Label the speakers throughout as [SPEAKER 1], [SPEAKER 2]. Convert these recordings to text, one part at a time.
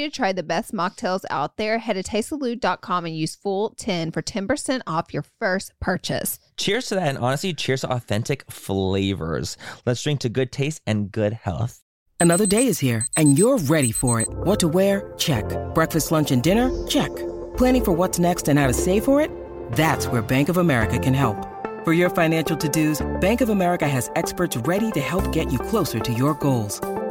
[SPEAKER 1] to try the best mocktails out there, head to tastesalute.com and use full 10 for 10% off your first purchase.
[SPEAKER 2] Cheers to that, and honestly, cheers to authentic flavors. Let's drink to good taste and good health.
[SPEAKER 3] Another day is here, and you're ready for it. What to wear? Check. Breakfast, lunch, and dinner? Check. Planning for what's next and how to save for it? That's where Bank of America can help. For your financial to dos, Bank of America has experts ready to help get you closer to your goals.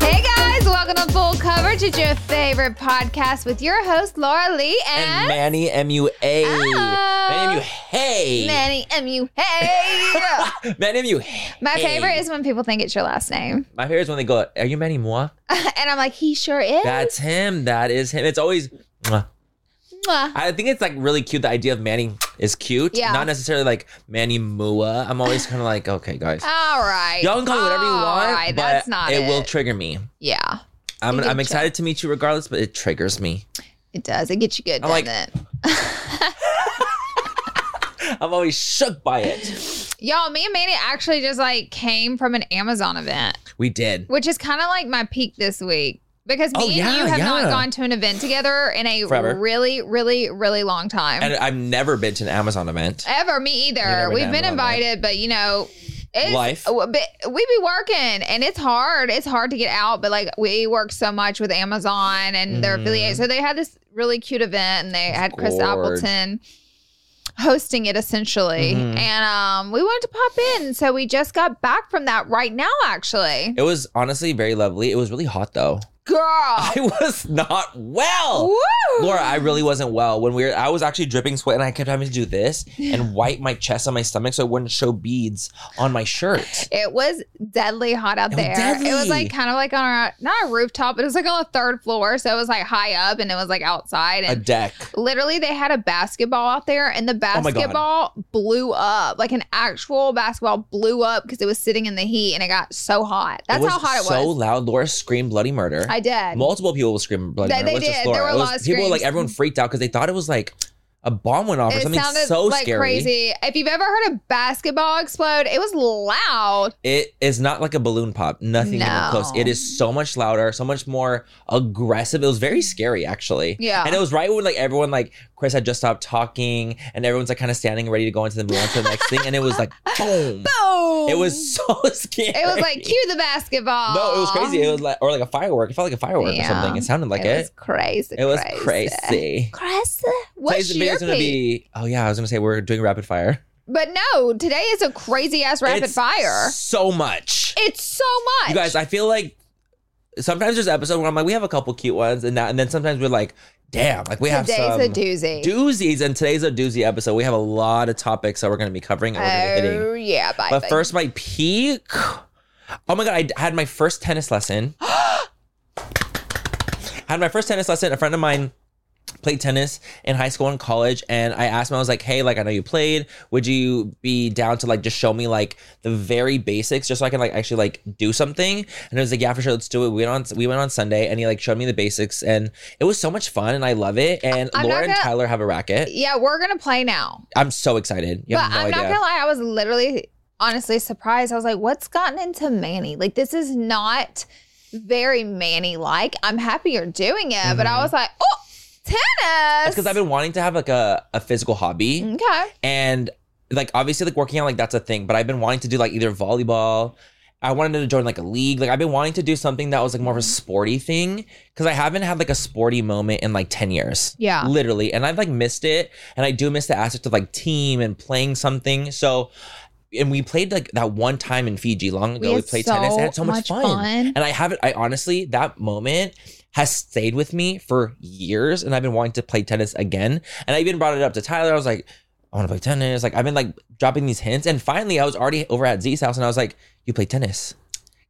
[SPEAKER 1] Hey guys, welcome to Full Coverage. It's your favorite podcast with your host, Laura Lee
[SPEAKER 2] and
[SPEAKER 1] and,
[SPEAKER 2] Manny MUA.
[SPEAKER 1] Oh.
[SPEAKER 2] Manny MUA.
[SPEAKER 1] Manny M.U.Hey.
[SPEAKER 2] Manny MUA.
[SPEAKER 1] My favorite is when people think it's your last name.
[SPEAKER 2] My favorite is when they go, Are you Manny Moi?
[SPEAKER 1] and I'm like, he sure is.
[SPEAKER 2] That's him. That is him. It's always. Mwah.
[SPEAKER 1] Mwah.
[SPEAKER 2] I think it's like really cute. The idea of Manny is cute.
[SPEAKER 1] Yeah.
[SPEAKER 2] Not necessarily like Manny Mua. I'm always kind of like, Okay, guys.
[SPEAKER 1] All right.
[SPEAKER 2] Y'all can call me whatever you
[SPEAKER 1] Uh, All
[SPEAKER 2] want.
[SPEAKER 1] right,
[SPEAKER 2] but
[SPEAKER 1] that's not it.
[SPEAKER 2] it will trigger me.
[SPEAKER 1] yeah,
[SPEAKER 2] I'm,
[SPEAKER 1] You can
[SPEAKER 2] I'm excited to meet you regardless, but it triggers me.
[SPEAKER 1] it does. It gets you good,
[SPEAKER 2] I'm
[SPEAKER 1] doesn't
[SPEAKER 2] like-
[SPEAKER 1] it?
[SPEAKER 2] I'm always shook by it.
[SPEAKER 1] Y'all, me and Manny actually just like came from an Amazon event,
[SPEAKER 2] We did.
[SPEAKER 1] which is kind of like my peak this week because me
[SPEAKER 2] Oh,
[SPEAKER 1] and you
[SPEAKER 2] yeah,
[SPEAKER 1] have not
[SPEAKER 2] yeah.
[SPEAKER 1] gone to an event together in a
[SPEAKER 2] Forever.
[SPEAKER 1] really, really, really long time.
[SPEAKER 2] And I've never been to an Amazon event.
[SPEAKER 1] Ever, me either.
[SPEAKER 2] never
[SPEAKER 1] We've
[SPEAKER 2] done
[SPEAKER 1] been
[SPEAKER 2] well, right?
[SPEAKER 1] invited, but you know, it's,
[SPEAKER 2] Life.
[SPEAKER 1] w- But we be working, and it's hard. It's hard to get out, but like we work so much with Amazon and
[SPEAKER 2] Mm-hmm.
[SPEAKER 1] their affiliates. So they had this really cute event, and they had Chris
[SPEAKER 2] gorge.
[SPEAKER 1] Appleton hosting it essentially,
[SPEAKER 2] Mm-hmm.
[SPEAKER 1] and um, we wanted to pop in, so we just got back from that right now, actually,
[SPEAKER 2] It was honestly very lovely. It was really hot though.
[SPEAKER 1] girl.
[SPEAKER 2] I was not well.
[SPEAKER 1] Woo!
[SPEAKER 2] Laura, I really wasn't well. When we were, I was actually dripping sweat and I kept having to do this and wipe my chest and my stomach so it wouldn't show beads on my shirt.
[SPEAKER 1] It was deadly hot out
[SPEAKER 2] It was
[SPEAKER 1] there. It was
[SPEAKER 2] deadly.
[SPEAKER 1] like kind of like on our not a rooftop, but it was like on the third floor, so it was like high up, and it was like outside.
[SPEAKER 2] A
[SPEAKER 1] And
[SPEAKER 2] deck.
[SPEAKER 1] literally, they had a basketball out there, and the
[SPEAKER 2] Oh my God.
[SPEAKER 1] basketball blew up. Like an actual basketball blew up because it was sitting in the heat, and it got so hot. That's
[SPEAKER 2] it was
[SPEAKER 1] how hot it
[SPEAKER 2] So
[SPEAKER 1] was.
[SPEAKER 2] loud. Laura screamed bloody murder.
[SPEAKER 1] I did.
[SPEAKER 2] Multiple people screamed bloody
[SPEAKER 1] They-
[SPEAKER 2] murder.
[SPEAKER 1] they
[SPEAKER 2] it was
[SPEAKER 1] did.
[SPEAKER 2] just
[SPEAKER 1] There
[SPEAKER 2] Laura.
[SPEAKER 1] were a
[SPEAKER 2] It was-
[SPEAKER 1] lot of
[SPEAKER 2] people like
[SPEAKER 1] screams.
[SPEAKER 2] everyone freaked out because they thought it was like a bomb went off or
[SPEAKER 1] it
[SPEAKER 2] something
[SPEAKER 1] sounded
[SPEAKER 2] so
[SPEAKER 1] like
[SPEAKER 2] scary.
[SPEAKER 1] crazy. If you've ever heard a basketball explode, it was loud.
[SPEAKER 2] It is not like a balloon pop. Nothing
[SPEAKER 1] No.
[SPEAKER 2] even close. It is so much louder, so much more aggressive. It was very scary, actually.
[SPEAKER 1] Yeah.
[SPEAKER 2] And it was right when like everyone like Chris had just stopped talking, and everyone's like kind of standing ready to go into the move on to the next thing, and it was like boom.
[SPEAKER 1] Boom!
[SPEAKER 2] It was so scary.
[SPEAKER 1] It was like cue the basketball.
[SPEAKER 2] No, it was crazy. It was like or like a firework. It felt like a firework
[SPEAKER 1] Um, Yeah.
[SPEAKER 2] or something. It sounded like
[SPEAKER 1] it
[SPEAKER 2] it.
[SPEAKER 1] was crazy.
[SPEAKER 2] it was
[SPEAKER 1] crazy.
[SPEAKER 2] crazy.
[SPEAKER 1] Chris,
[SPEAKER 2] Today's
[SPEAKER 1] what's
[SPEAKER 2] video
[SPEAKER 1] your
[SPEAKER 2] is gonna
[SPEAKER 1] pick?
[SPEAKER 2] be. Oh yeah, I was gonna say we're doing rapid fire.
[SPEAKER 1] But no, today is a crazy ass rapid
[SPEAKER 2] It's
[SPEAKER 1] fire.
[SPEAKER 2] So much.
[SPEAKER 1] It's so much.
[SPEAKER 2] You guys, I feel like sometimes there's episodes where I'm like, we have a couple cute ones, and that, and then sometimes we're like, damn, like we have
[SPEAKER 1] Today's
[SPEAKER 2] some
[SPEAKER 1] a doozy.
[SPEAKER 2] doozies, and today's a doozy episode. We have a lot of topics that we're going to be covering and we're going to be hitting.
[SPEAKER 1] oh yeah, bye.
[SPEAKER 2] But
[SPEAKER 1] bye.
[SPEAKER 2] first, my peak. Oh my god, I d- had my first tennis lesson. had my first tennis lesson. A friend of mine played tennis in high school and college, and I asked him. I was like, "Hey, like I know you played. Would you be down to like just show me like the very basics, just so I can like actually like do something?" And I was like, "Yeah, for sure, let's do it." We went on we went on Sunday, and he like showed me the basics, and it was so much fun, and I love it. And
[SPEAKER 1] I'm not
[SPEAKER 2] Laura and
[SPEAKER 1] gonna-
[SPEAKER 2] Tyler have a racket.
[SPEAKER 1] yeah, we're gonna play now.
[SPEAKER 2] I'm so excited. You
[SPEAKER 1] But
[SPEAKER 2] have no
[SPEAKER 1] I'm
[SPEAKER 2] idea.
[SPEAKER 1] not gonna lie, I was literally honestly surprised. I was like, what's gotten into Manny? Like this is not very Manny like. I'm happy you're doing it, but I was like, oh tennis.
[SPEAKER 2] because Mm-hmm. I've been wanting to have like a, a physical hobby.
[SPEAKER 1] Okay.
[SPEAKER 2] and like obviously like working out like that's a thing but i've been wanting to do like either volleyball i wanted to join like a league like i've been wanting to do something that was like more of a sporty thing because i haven't had like a sporty moment in like 10 years
[SPEAKER 1] Yeah.
[SPEAKER 2] literally and i've like missed it and i do miss the aspect of like team and playing something so and we played like that one time in fiji long ago we,
[SPEAKER 1] had
[SPEAKER 2] played
[SPEAKER 1] so
[SPEAKER 2] tennis and had so much,
[SPEAKER 1] much
[SPEAKER 2] fun.
[SPEAKER 1] fun.
[SPEAKER 2] and i haven't i honestly that moment has stayed with me for years and i've been wanting to play tennis again and i even brought it up to tyler i was like I want to play tennis. Like I've been like dropping these hints, and finally I was already over at Z's house, and I was like, "You play tennis?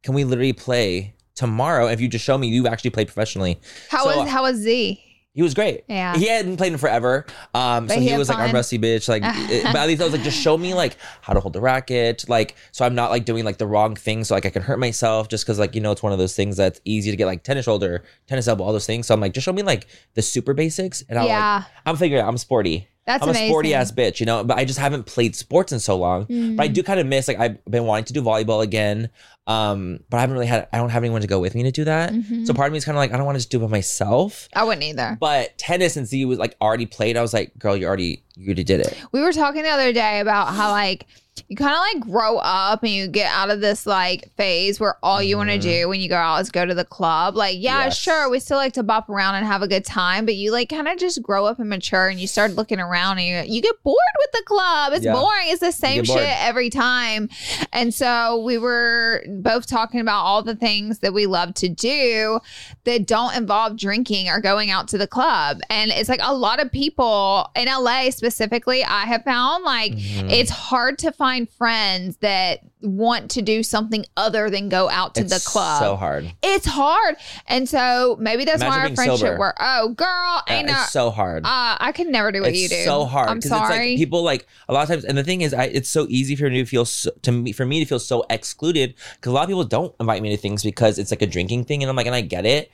[SPEAKER 2] Can we literally play tomorrow? If you just show me you actually played professionally."
[SPEAKER 1] How
[SPEAKER 2] So-
[SPEAKER 1] was how was Z?
[SPEAKER 2] He was great.
[SPEAKER 1] Yeah.
[SPEAKER 2] he hadn't played in forever, um, so
[SPEAKER 1] But he
[SPEAKER 2] he,
[SPEAKER 1] had
[SPEAKER 2] was like, "I'm
[SPEAKER 1] fun.
[SPEAKER 2] rusty, bitch." Like, it- but at least I was like, "Just show me like how to hold the racket, like so I'm not like doing like the wrong thing, so like I can hurt myself just because like you know it's one of those things that's easy to get like tennis shoulder, tennis elbow, all those things." So I'm like, "Just show me like the super basics," and I'll like
[SPEAKER 1] Yeah.
[SPEAKER 2] I'm figuring out I'm sporty.
[SPEAKER 1] That's
[SPEAKER 2] I'm a sporty
[SPEAKER 1] amazing.
[SPEAKER 2] ass bitch, you know, but I just haven't played sports in so long. But I
[SPEAKER 1] Mm.
[SPEAKER 2] do kind of miss like I've been wanting to do volleyball again. Um, but I haven't really had I don't have anyone to go with me to do that.
[SPEAKER 1] Mm-hmm.
[SPEAKER 2] So part of me is kind of like, I don't want to just do it by myself.
[SPEAKER 1] I wouldn't either.
[SPEAKER 2] But tennis and Z was like already played. I was like, girl, you already you already did it.
[SPEAKER 1] we were talking the other day about how like you kind of like grow up and you get out of this like phase where all you want to do when you go out is go to the club. Like, yeah,
[SPEAKER 2] Mm-hmm. Yes.
[SPEAKER 1] sure, we still like to bop around and have a good time, but you like kind of just grow up and mature and you start looking around and you, you get bored with the club. It's
[SPEAKER 2] Yeah.
[SPEAKER 1] boring. It's the same
[SPEAKER 2] get bored.
[SPEAKER 1] shit every time. And so we were both talking about all the things that we love to do that don't involve drinking or going out to the club. And it's like a lot of people in LA specifically, I have found like
[SPEAKER 2] Mm-hmm.
[SPEAKER 1] it's hard to find friends that want to do something other than go out to
[SPEAKER 2] It's
[SPEAKER 1] the club.
[SPEAKER 2] So hard.
[SPEAKER 1] It's hard. And so maybe that's
[SPEAKER 2] Imagine
[SPEAKER 1] why our
[SPEAKER 2] being
[SPEAKER 1] friendship
[SPEAKER 2] sober.
[SPEAKER 1] worked. Oh, girl,
[SPEAKER 2] Yeah,
[SPEAKER 1] ain't no.
[SPEAKER 2] it's so hard.
[SPEAKER 1] uh, I can never do what
[SPEAKER 2] it's
[SPEAKER 1] you do.
[SPEAKER 2] so hard.
[SPEAKER 1] I'm
[SPEAKER 2] 'cause it's, like,
[SPEAKER 1] sorry.
[SPEAKER 2] people like a lot of times, and the thing is, I, it's so easy for me to feel so, to me for me to feel so excluded because a lot of people don't invite me to things because it's like a drinking thing, and I'm like, and I get it,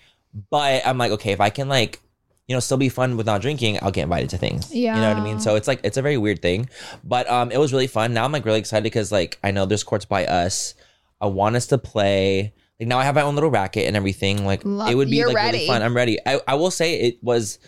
[SPEAKER 2] but I'm like, okay, if I can like. You know, still be fun with not drinking. I'll get invited to things. you know what I mean.
[SPEAKER 1] Yeah.
[SPEAKER 2] So it's like it's a very weird thing, but um, it was really fun. Now I'm like really excited because like I know there's courts by us. I want us to play. Like now I have my own little racket and everything. Like
[SPEAKER 1] Love-
[SPEAKER 2] it would be
[SPEAKER 1] you're
[SPEAKER 2] like
[SPEAKER 1] ready.
[SPEAKER 2] really fun. I'm ready. I, I will say it was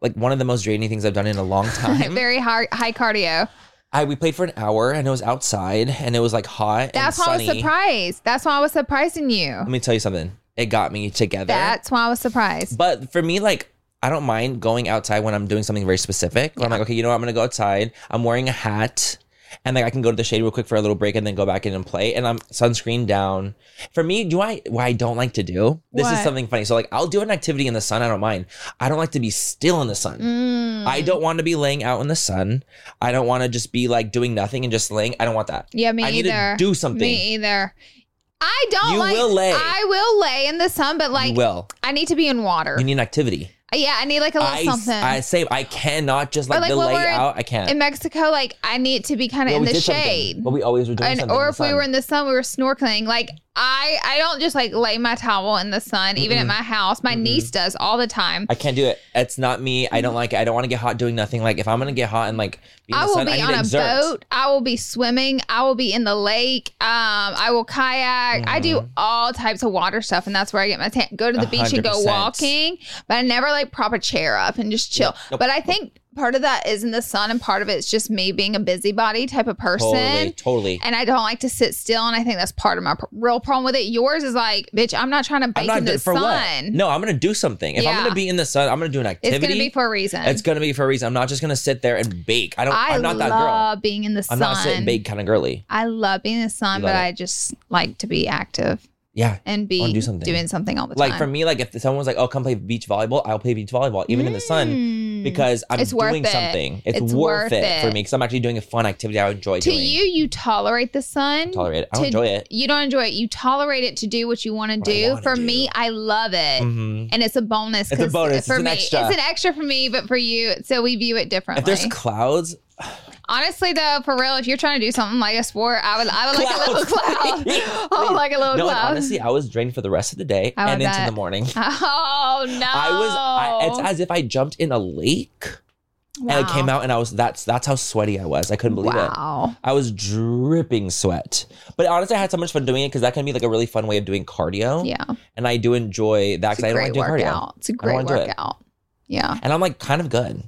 [SPEAKER 2] like one of the most draining things I've done in a long time.
[SPEAKER 1] Very high, high cardio.
[SPEAKER 2] I we played for an hour and it was outside and it was like hot
[SPEAKER 1] That's
[SPEAKER 2] and
[SPEAKER 1] why I
[SPEAKER 2] sunny.
[SPEAKER 1] was surprised. That's why I was surprising you.
[SPEAKER 2] Let me tell you something. It got me together.
[SPEAKER 1] That's why I was surprised.
[SPEAKER 2] But for me, like, I don't mind going outside when I'm doing something very specific. When I'm like, okay, you know what? I'm going to go outside. I'm wearing a hat. And like I can go to the shade real quick for a little break and then go back in and play. And I'm sunscreen down. For me, do I what I don't like to do? This is
[SPEAKER 1] What?
[SPEAKER 2] something funny. So like I'll do an activity in the sun, I don't mind. I don't like to be still in the sun.
[SPEAKER 1] Mm, Mm-hmm.
[SPEAKER 2] I don't want to be laying out in the sun. I don't want to just be like doing nothing and just laying. I don't want that.
[SPEAKER 1] Yeah, me
[SPEAKER 2] I need to
[SPEAKER 1] either.
[SPEAKER 2] do something.
[SPEAKER 1] Me either. I don't
[SPEAKER 2] You
[SPEAKER 1] like.
[SPEAKER 2] will lay.
[SPEAKER 1] I will lay in the sun, but like,
[SPEAKER 2] you will.
[SPEAKER 1] I need to be in water. Uh,
[SPEAKER 2] You need an activity.
[SPEAKER 1] yeah, I need like a little
[SPEAKER 2] I,
[SPEAKER 1] something.
[SPEAKER 2] I say I cannot just like,
[SPEAKER 1] like,
[SPEAKER 2] the
[SPEAKER 1] when we're in-
[SPEAKER 2] layout. I can't.
[SPEAKER 1] in Mexico, like, I need to be kind of
[SPEAKER 2] We
[SPEAKER 1] in
[SPEAKER 2] always
[SPEAKER 1] the
[SPEAKER 2] did something,
[SPEAKER 1] shade.
[SPEAKER 2] But we always were doing
[SPEAKER 1] And,
[SPEAKER 2] something.
[SPEAKER 1] or
[SPEAKER 2] the
[SPEAKER 1] if we
[SPEAKER 2] sun.
[SPEAKER 1] were in the sun, we were snorkeling. Like I, I don't just like lay my towel in the sun, even at my house. My niece does all the time.
[SPEAKER 2] I can't do it. It's not me. I don't like it. I don't want to get hot doing nothing. Like if I'm gonna get hot and like be in
[SPEAKER 1] I
[SPEAKER 2] the
[SPEAKER 1] will
[SPEAKER 2] sun, I
[SPEAKER 1] be
[SPEAKER 2] need
[SPEAKER 1] on
[SPEAKER 2] to
[SPEAKER 1] a
[SPEAKER 2] exert.
[SPEAKER 1] boat. I will be swimming. I will be in the lake. Um, I will kayak. I
[SPEAKER 2] Mm.
[SPEAKER 1] do all types of water stuff, and that's where I get my tan. Go to the
[SPEAKER 2] A
[SPEAKER 1] beach and go
[SPEAKER 2] hundred percent.
[SPEAKER 1] walking, but I never like prop a chair up and just chill. But I think part of that is in the sun, and part of it's just me being a busybody type of person.
[SPEAKER 2] Totally, totally.
[SPEAKER 1] And I don't like to sit still, and I think that's part of my pr- real problem with it. Yours is like, bitch, I'm not trying to bake in
[SPEAKER 2] do-
[SPEAKER 1] the
[SPEAKER 2] for
[SPEAKER 1] sun.
[SPEAKER 2] what? No, I'm gonna do something. If I'm
[SPEAKER 1] Yeah.
[SPEAKER 2] gonna be in the sun, I'm gonna do an activity.
[SPEAKER 1] it's gonna be for a reason.
[SPEAKER 2] It's gonna be for a reason. I'm not just gonna sit there and bake. I don't. I
[SPEAKER 1] I
[SPEAKER 2] am not that girl.
[SPEAKER 1] love being in the sun.
[SPEAKER 2] I'm not sit and bake kind of girly.
[SPEAKER 1] I love being in the sun,
[SPEAKER 2] You love
[SPEAKER 1] but
[SPEAKER 2] it.
[SPEAKER 1] I just like to be active
[SPEAKER 2] Yeah.
[SPEAKER 1] and
[SPEAKER 2] wanna
[SPEAKER 1] be
[SPEAKER 2] do something.
[SPEAKER 1] doing something all the time.
[SPEAKER 2] Like for me, like if someone was like, "Oh, come play beach volleyball," I'll play beach volleyball even in the sun
[SPEAKER 1] Mm.
[SPEAKER 2] because I'm
[SPEAKER 1] It's worth
[SPEAKER 2] doing
[SPEAKER 1] it.
[SPEAKER 2] something. It's,
[SPEAKER 1] It's
[SPEAKER 2] worth
[SPEAKER 1] worth
[SPEAKER 2] it, for
[SPEAKER 1] it.
[SPEAKER 2] me because I'm actually doing a fun activity I enjoy
[SPEAKER 1] to
[SPEAKER 2] doing.
[SPEAKER 1] you, you tolerate the sun.
[SPEAKER 2] tolerate it. I don't
[SPEAKER 1] to-
[SPEAKER 2] enjoy it.
[SPEAKER 1] You don't enjoy it. You tolerate it to do what you want to
[SPEAKER 2] I
[SPEAKER 1] do.
[SPEAKER 2] wanna
[SPEAKER 1] For
[SPEAKER 2] do.
[SPEAKER 1] me, I love it.
[SPEAKER 2] Mhm.
[SPEAKER 1] And it's a bonus.
[SPEAKER 2] It's a
[SPEAKER 1] 'cause
[SPEAKER 2] bonus.
[SPEAKER 1] For
[SPEAKER 2] It's an
[SPEAKER 1] me,
[SPEAKER 2] extra.
[SPEAKER 1] It's an extra for me, but for you, so we view it differently.
[SPEAKER 2] If there's clouds,
[SPEAKER 1] Honestly, though, for real, if you're trying to do something like a sport, I would, I would like a little
[SPEAKER 2] Clouds.
[SPEAKER 1] cloud. oh, like a little
[SPEAKER 2] no. and
[SPEAKER 1] cloud.
[SPEAKER 2] honestly, I was drained for the rest of the day
[SPEAKER 1] I
[SPEAKER 2] and
[SPEAKER 1] would
[SPEAKER 2] into the
[SPEAKER 1] bet.
[SPEAKER 2] morning.
[SPEAKER 1] oh no!
[SPEAKER 2] I was. I, it's as if I jumped in a lake. And I
[SPEAKER 1] Wow.
[SPEAKER 2] came out and I was that's that's how sweaty I was. I couldn't believe it.
[SPEAKER 1] Wow.
[SPEAKER 2] I was dripping sweat. But honestly, I had so much fun doing it because that can be like a really fun way of doing cardio.
[SPEAKER 1] Yeah.
[SPEAKER 2] And I do enjoy that
[SPEAKER 1] It's
[SPEAKER 2] because I
[SPEAKER 1] a
[SPEAKER 2] don't want
[SPEAKER 1] great
[SPEAKER 2] to do cardio.
[SPEAKER 1] workout. It's a
[SPEAKER 2] I don't
[SPEAKER 1] great
[SPEAKER 2] wanna do it.
[SPEAKER 1] workout. Yeah.
[SPEAKER 2] And I'm like kind of good.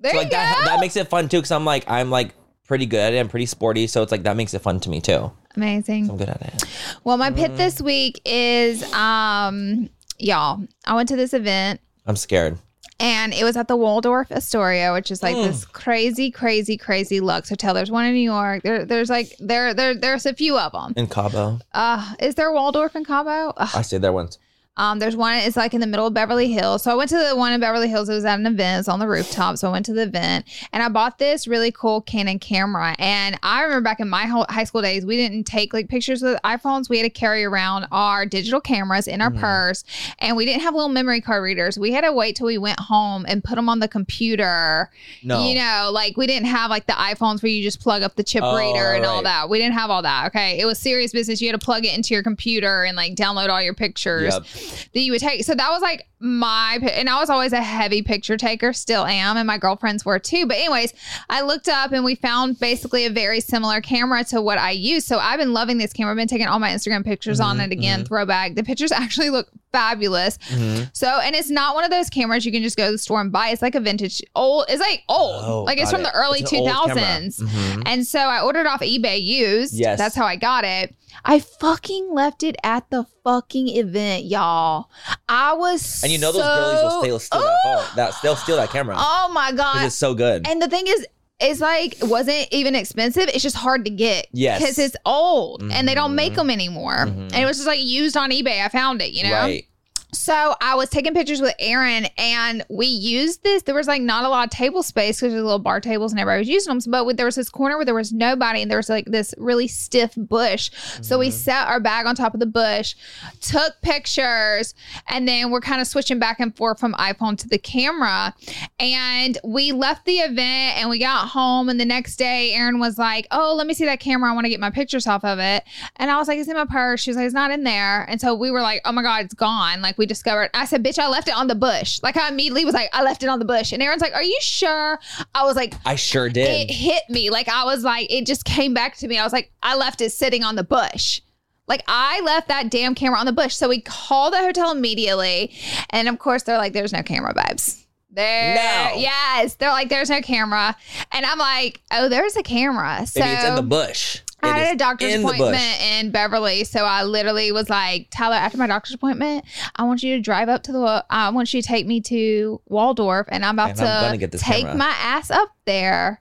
[SPEAKER 1] There
[SPEAKER 2] so like
[SPEAKER 1] you
[SPEAKER 2] that
[SPEAKER 1] go.
[SPEAKER 2] that makes it fun too because I'm like I'm like pretty good at it. I'm pretty sporty. So it's like that makes it fun to me too.
[SPEAKER 1] Amazing.
[SPEAKER 2] I'm good at it.
[SPEAKER 1] Well, my
[SPEAKER 2] mm-hmm.
[SPEAKER 1] pit this week is um y'all, I went to this event
[SPEAKER 2] I'm scared.
[SPEAKER 1] and it was at the Waldorf Astoria, which is like
[SPEAKER 2] Mm.
[SPEAKER 1] this crazy, crazy, crazy luxe hotel. There's one in New York. There, there's like there, there, there's a few of them.
[SPEAKER 2] In Cabo.
[SPEAKER 1] Uh, is there Waldorf in Cabo? Ugh.
[SPEAKER 2] I stayed there once.
[SPEAKER 1] Um, there's one. It's like in the middle of Beverly Hills. So I went to the one in Beverly Hills. It was at an event. It's on the rooftop. So I went to the event and I bought this really cool Canon camera. And I remember back in my whole high school days, we didn't take like pictures with iPhones. We had to carry around our digital cameras in our
[SPEAKER 2] Mm-hmm.
[SPEAKER 1] purse, and we didn't have little memory card readers. We had to wait till we went home and put them on the computer.
[SPEAKER 2] No.
[SPEAKER 1] You know, like we didn't have like the iPhones where you just plug up the chip
[SPEAKER 2] Oh,
[SPEAKER 1] reader and all
[SPEAKER 2] right.
[SPEAKER 1] that. We didn't have all that. Okay. It was serious business. You had to plug it into your computer and like download all your pictures
[SPEAKER 2] Yep.
[SPEAKER 1] that you would take. So that was like my, pi- and I was always a heavy picture taker, still am, and my girlfriends were too. But, anyways, I looked up and we found basically a very similar camera to what I use. So I've been loving this camera. I've been taking all my Instagram pictures on
[SPEAKER 2] Mm-hmm,
[SPEAKER 1] it again, throwback. The pictures actually look fabulous.
[SPEAKER 2] Mm-hmm.
[SPEAKER 1] So, and it's not one of those cameras you can just go to the store and buy. It's like a vintage old, it's like old,
[SPEAKER 2] Oh,
[SPEAKER 1] like it's
[SPEAKER 2] got
[SPEAKER 1] from
[SPEAKER 2] it.
[SPEAKER 1] the early
[SPEAKER 2] It's an old camera.
[SPEAKER 1] 2000s.
[SPEAKER 2] Mhm.
[SPEAKER 1] And so I ordered off eBay used.
[SPEAKER 2] Yes.
[SPEAKER 1] That's how I got it. I fucking left it at the fucking event, y'all. I was
[SPEAKER 2] And you know those
[SPEAKER 1] so-
[SPEAKER 2] girlies will steal, steal that phone. That they'll steal that camera.
[SPEAKER 1] Oh my
[SPEAKER 2] Because
[SPEAKER 1] god.
[SPEAKER 2] it's so good.
[SPEAKER 1] And the thing is, it's like it wasn't even expensive. It's just hard to get.
[SPEAKER 2] Yes.
[SPEAKER 1] Because it's old and they don't
[SPEAKER 2] Mhm.
[SPEAKER 1] make them anymore.
[SPEAKER 2] Mhm.
[SPEAKER 1] And it was just like used on eBay. I found it, you know?
[SPEAKER 2] Right.
[SPEAKER 1] So I was taking pictures with Aaron and we used this. There was like not a lot of table space because there's little bar tables and everybody was using them. But with, there was this corner where there was nobody and there was like this really stiff bush. So we set our bag on top of the bush, took pictures, and then we're kind of switching back and forth from iPhone to the camera. And we left the event and we got home. And the next day, Aaron was like, Oh, let me see that camera. I want to get my pictures off of it. And I was like, It's in my purse. She was like, It's not in there. And so we were like, Oh my God, it's gone. Like we discovered. I said, Bitch, I left it on the bush. Like I immediately was like, I left it on the bush. And Aaron's like, Are you sure? I was like,
[SPEAKER 2] I sure did.
[SPEAKER 1] it hit me. Like I was like, it just came back to me. I was like, I left it sitting on the bush. Like I left that damn camera on the bush. So we call the hotel immediately. And of course they're like, there's no camera vibes. There
[SPEAKER 2] No.
[SPEAKER 1] yes. They're like, there's no camera. And I'm like, oh, there's a camera. So
[SPEAKER 2] Maybe it's in the bush.
[SPEAKER 1] I
[SPEAKER 2] It
[SPEAKER 1] had
[SPEAKER 2] is
[SPEAKER 1] a doctor's
[SPEAKER 2] in the bush.
[SPEAKER 1] appointment in Beverly, so I literally was like, Tyler, after my doctor's appointment, I want you to drive up to the. I want you to take me to Waldorf, and I'm about
[SPEAKER 2] And
[SPEAKER 1] to
[SPEAKER 2] I'm gonna get this
[SPEAKER 1] take
[SPEAKER 2] camera.
[SPEAKER 1] my ass up there,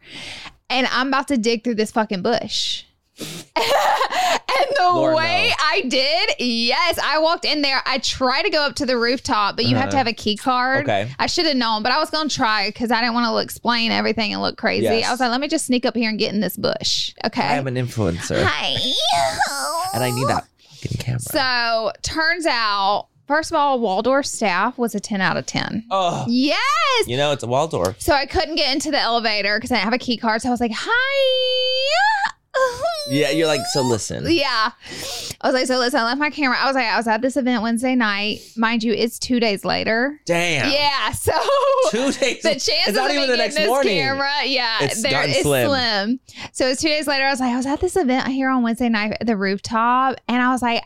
[SPEAKER 1] and I'm about to dig through this fucking bush. And the
[SPEAKER 2] Lord,
[SPEAKER 1] way
[SPEAKER 2] no.
[SPEAKER 1] I did, yes, I walked in there. I tried to go up to the rooftop, but you have to
[SPEAKER 2] Uh-huh.
[SPEAKER 1] have a key card.
[SPEAKER 2] Okay.
[SPEAKER 1] I should have known, but I was gonna try because I didn't want to explain everything and look crazy.
[SPEAKER 2] Yes.
[SPEAKER 1] I was like, let me just sneak up here and get in this bush. Okay.
[SPEAKER 2] I am an influencer.
[SPEAKER 1] Hi.
[SPEAKER 2] And I need that fucking camera.
[SPEAKER 1] So turns out, first of all, Waldorf staff was a 10 out of 10.
[SPEAKER 2] oh,
[SPEAKER 1] Yes.
[SPEAKER 2] you know, it's a Waldorf.
[SPEAKER 1] So I couldn't get into the elevator because I didn't have a key card. So I was like, hi.
[SPEAKER 2] Yeah, you're like, so listen.
[SPEAKER 1] Yeah. I was like, so listen, I left my camera. I was like, I was at this event Wednesday night. Mind you, it's two days later.
[SPEAKER 2] Damn.
[SPEAKER 1] Yeah. So
[SPEAKER 2] Two days.
[SPEAKER 1] the chances
[SPEAKER 2] It's not
[SPEAKER 1] of
[SPEAKER 2] even
[SPEAKER 1] me
[SPEAKER 2] the
[SPEAKER 1] getting
[SPEAKER 2] next
[SPEAKER 1] this
[SPEAKER 2] morning.
[SPEAKER 1] camera, yeah,
[SPEAKER 2] It's
[SPEAKER 1] there
[SPEAKER 2] gotten
[SPEAKER 1] is
[SPEAKER 2] slim.
[SPEAKER 1] slim. So it was two days later. I was like, I was at this event here on Wednesday night at the rooftop, and I was like,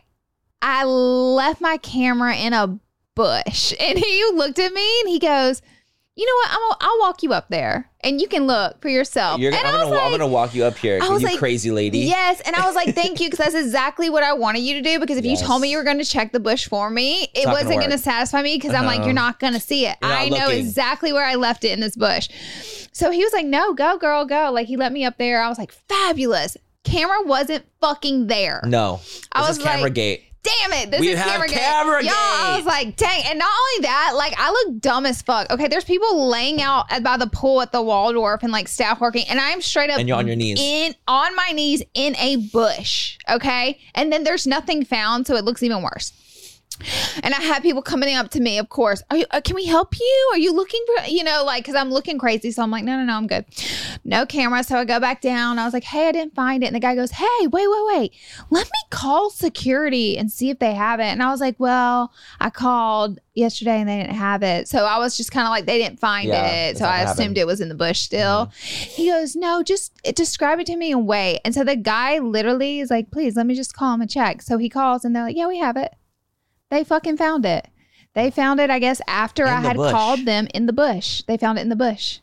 [SPEAKER 1] I left my camera in a bush, and he looked at me and he goes. you know what? I'm a, I'll walk you up there and you can look for yourself.
[SPEAKER 2] You're,
[SPEAKER 1] and
[SPEAKER 2] I'm,
[SPEAKER 1] I
[SPEAKER 2] gonna,
[SPEAKER 1] was
[SPEAKER 2] wa- I'm
[SPEAKER 1] like-
[SPEAKER 2] gonna walk you up here,
[SPEAKER 1] I
[SPEAKER 2] you
[SPEAKER 1] was like,
[SPEAKER 2] crazy lady.
[SPEAKER 1] Yes. And I was like, thank you, because that's exactly what I wanted you to do. Because if
[SPEAKER 2] Yes.
[SPEAKER 1] you told me you were going to check the bush for me, it
[SPEAKER 2] not gonna
[SPEAKER 1] wasn't going to
[SPEAKER 2] work.
[SPEAKER 1] satisfy me because I'm like,
[SPEAKER 2] No.
[SPEAKER 1] you're not going to see it.
[SPEAKER 2] You're not
[SPEAKER 1] I know
[SPEAKER 2] looking.
[SPEAKER 1] exactly where I left it in this bush. So he was like, no, go, girl, go. Like, he let me up there. I was like, fabulous. Camera wasn't fucking there.
[SPEAKER 2] No.
[SPEAKER 1] I
[SPEAKER 2] this
[SPEAKER 1] was
[SPEAKER 2] is camera
[SPEAKER 1] like-
[SPEAKER 2] gate.
[SPEAKER 1] Damn it. This
[SPEAKER 2] We
[SPEAKER 1] is
[SPEAKER 2] have
[SPEAKER 1] camera,
[SPEAKER 2] camera
[SPEAKER 1] Y'all, I
[SPEAKER 2] gate.
[SPEAKER 1] was like, dang. And not only that, like, I look dumb as fuck. Okay. There's people laying out at- by the pool at the Waldorf and like staff working, and I'm straight up
[SPEAKER 2] And you're on your knees.
[SPEAKER 1] in on my knees in a bush. Okay. And then there's nothing found, so it looks even worse. And I had people coming up to me, of course. Are you, uh, can we help you? Are you looking for, you know, like, cause I'm looking crazy. So I'm like, no, no, no, I'm good. No camera. So I go back down. I was like, hey, I didn't find it. And the guy goes, hey, wait, wait, wait. Let me call security and see if they have it. And I was like, well, I called yesterday and they didn't have it. So I was just kind of like, they didn't find
[SPEAKER 2] Yeah,
[SPEAKER 1] it.
[SPEAKER 2] it's
[SPEAKER 1] So
[SPEAKER 2] not
[SPEAKER 1] I
[SPEAKER 2] gonna
[SPEAKER 1] assumed
[SPEAKER 2] happen. Mm-hmm.
[SPEAKER 1] it was in the bush still. He goes, no, just it, describe it to me and wait. And so the guy literally is like, please, let me just call him and check. So he calls and they're like, yeah, we have it. They fucking found it. They found it, I guess, after
[SPEAKER 2] In
[SPEAKER 1] I
[SPEAKER 2] the
[SPEAKER 1] had
[SPEAKER 2] bush.
[SPEAKER 1] called them in the bush. They found it in the bush.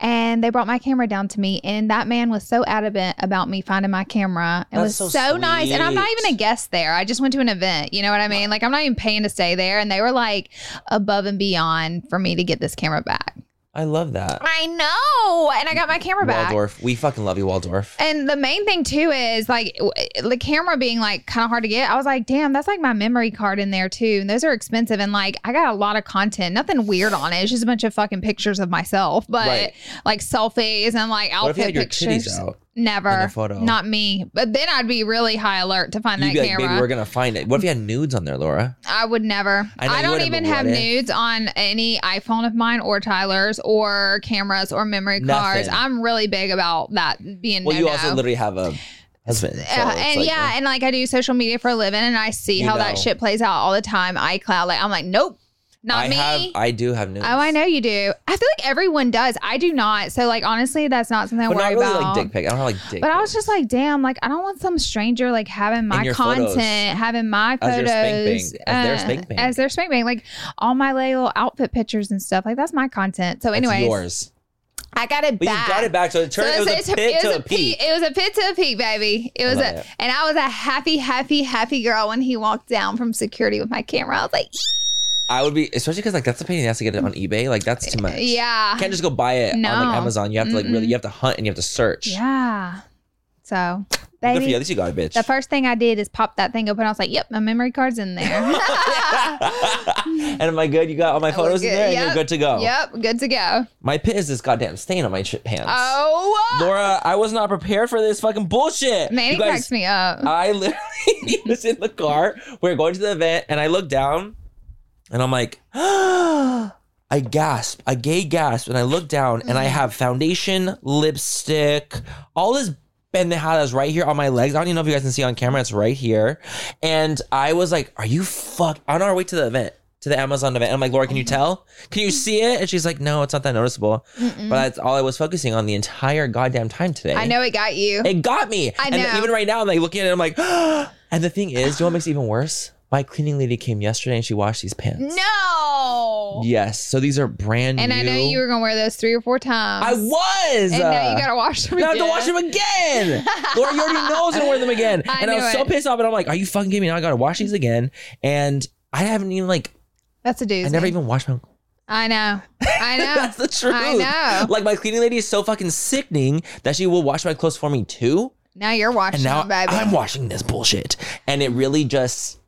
[SPEAKER 1] And they brought my camera down to me. And that man was so adamant about me finding my camera. It
[SPEAKER 2] That's
[SPEAKER 1] was
[SPEAKER 2] so
[SPEAKER 1] so, nice. And I'm not
[SPEAKER 2] sweet.
[SPEAKER 1] even a guest there. I just went to an event. You know what I mean? Like, I'm not even paying to stay there. And they were like above and beyond for me to get this camera back.
[SPEAKER 2] I love that.
[SPEAKER 1] I know. And I got my camera back.
[SPEAKER 2] Waldorf. We fucking love you, Waldorf.
[SPEAKER 1] And the main thing too is like w- the camera being like kind of hard to get. I was like, damn, that's like my memory card in there too. And those are expensive. And like I got a lot of content, nothing weird on it. It's just a bunch of fucking pictures of myself, but
[SPEAKER 2] Right.
[SPEAKER 1] like selfies and like outfit
[SPEAKER 2] What if you had your
[SPEAKER 1] pictures.
[SPEAKER 2] titties out?
[SPEAKER 1] Never,
[SPEAKER 2] in the photo?
[SPEAKER 1] not me. But then I'd be really high alert to find
[SPEAKER 2] You'd
[SPEAKER 1] that
[SPEAKER 2] be like,
[SPEAKER 1] camera.
[SPEAKER 2] baby, we're gonna find it. What if you had nudes on there, Laura?
[SPEAKER 1] I would never.
[SPEAKER 2] I know
[SPEAKER 1] I,
[SPEAKER 2] you
[SPEAKER 1] don't
[SPEAKER 2] wouldn't,
[SPEAKER 1] even
[SPEAKER 2] but
[SPEAKER 1] have
[SPEAKER 2] what if?
[SPEAKER 1] nudes on any iPhone of mine or Tyler's or cameras or memory cards.
[SPEAKER 2] Nothing.
[SPEAKER 1] I'm really big about that being.
[SPEAKER 2] Well,
[SPEAKER 1] no
[SPEAKER 2] you also literally have a husband. so
[SPEAKER 1] Yeah,
[SPEAKER 2] it's
[SPEAKER 1] Uh, and
[SPEAKER 2] like, uh,
[SPEAKER 1] yeah, and like I do social media for a living, and I see
[SPEAKER 2] You
[SPEAKER 1] how that
[SPEAKER 2] know.
[SPEAKER 1] shit plays out all the time. iCloud, like I'm like, nope, not
[SPEAKER 2] I
[SPEAKER 1] me.
[SPEAKER 2] have. I do have nudes.
[SPEAKER 1] oh, I know you do. I feel like everyone does. I do not. So like honestly, that's not something I
[SPEAKER 2] But not
[SPEAKER 1] worry
[SPEAKER 2] really
[SPEAKER 1] about.
[SPEAKER 2] like dick pic. I don't have like dick.
[SPEAKER 1] but I was
[SPEAKER 2] pics.
[SPEAKER 1] just like, damn, like I don't want some stranger like having my
[SPEAKER 2] your
[SPEAKER 1] content,
[SPEAKER 2] photos.
[SPEAKER 1] having my
[SPEAKER 2] As
[SPEAKER 1] photos uh,
[SPEAKER 2] your spank bank. As their spank bank.
[SPEAKER 1] as their spank bank, like all my little outfit pictures and stuff. Like that's my content. So,
[SPEAKER 2] That's
[SPEAKER 1] anyways,
[SPEAKER 2] yours.
[SPEAKER 1] I got it
[SPEAKER 2] But
[SPEAKER 1] back.
[SPEAKER 2] you got it back, so it
[SPEAKER 1] So
[SPEAKER 2] turned it
[SPEAKER 1] it's-
[SPEAKER 2] was a
[SPEAKER 1] it's-
[SPEAKER 2] pit
[SPEAKER 1] it was
[SPEAKER 2] to a pea.
[SPEAKER 1] It was a pit to a peak, baby. It was
[SPEAKER 2] love
[SPEAKER 1] a,
[SPEAKER 2] it.
[SPEAKER 1] and I was a happy, happy, happy girl when he walked down from security with my camera. I was like,
[SPEAKER 2] I would be, especially because like that's a pain in the ass to get it on eBay. Like that's too much.
[SPEAKER 1] yeah,
[SPEAKER 2] You can't just go buy it on
[SPEAKER 1] No.
[SPEAKER 2] like Amazon. You have to like really, you have to hunt and you have to search.
[SPEAKER 1] yeah. So,
[SPEAKER 2] Good for you. At
[SPEAKER 1] baby,
[SPEAKER 2] least you got a bitch.
[SPEAKER 1] the first thing I did is pop that thing open. I was like, yep, my memory card's in there.
[SPEAKER 2] Oh. and am I good? You got all my photos in
[SPEAKER 1] good.
[SPEAKER 2] there, and
[SPEAKER 1] Yep.
[SPEAKER 2] you're good to go.
[SPEAKER 1] yep, good to go.
[SPEAKER 2] My pit is this goddamn stain on my shit pants.
[SPEAKER 1] Oh,
[SPEAKER 2] Laura, I was not prepared for this fucking bullshit.
[SPEAKER 1] man,
[SPEAKER 2] you
[SPEAKER 1] it
[SPEAKER 2] guys,
[SPEAKER 1] cracks me up.
[SPEAKER 2] I literally was in the car. We were going to the event, and I look down, and I'm like, I gasp, a gay gasp, and I look down, and I have foundation, lipstick, all this bendejadas right here on my legs. I don't even know if you guys can see on camera. It's right here, and I was like, "Are you fuck?" On our way to the event. To the Amazon event, I'm like, Laura, can you tell? Can you see it? And she's like, No, it's not that noticeable. But that's all I was focusing on the entire goddamn time today.
[SPEAKER 1] I know it got you.
[SPEAKER 2] It got me.
[SPEAKER 1] I
[SPEAKER 2] and
[SPEAKER 1] know.
[SPEAKER 2] even right now, I'm like looking at it, I'm like, and the thing is, you know what makes it even worse? My cleaning lady came yesterday and she washed these pants.
[SPEAKER 1] no.
[SPEAKER 2] Yes. So these are brand
[SPEAKER 1] And
[SPEAKER 2] new.
[SPEAKER 1] I know you were gonna wear those three or four times.
[SPEAKER 2] I was.
[SPEAKER 1] And now you
[SPEAKER 2] uh,
[SPEAKER 1] gotta wash them.
[SPEAKER 2] now I have to
[SPEAKER 1] again.
[SPEAKER 2] wash them again. Laura, you already know I was gonna wear them again.
[SPEAKER 1] I
[SPEAKER 2] and I
[SPEAKER 1] knew
[SPEAKER 2] was so
[SPEAKER 1] it.
[SPEAKER 2] pissed off, and I'm like, "Are you fucking kidding me? Now I gotta wash these again." And I haven't even like,
[SPEAKER 1] That's a doozy.
[SPEAKER 2] I never even washed my.
[SPEAKER 1] I know. I know.
[SPEAKER 2] That's the truth.
[SPEAKER 1] Oh, I know.
[SPEAKER 2] Like my cleaning lady is so fucking sickening that she will wash my clothes for me too.
[SPEAKER 1] Now you're watching,
[SPEAKER 2] and now
[SPEAKER 1] it, baby.
[SPEAKER 2] I'm watching this bullshit, and it really just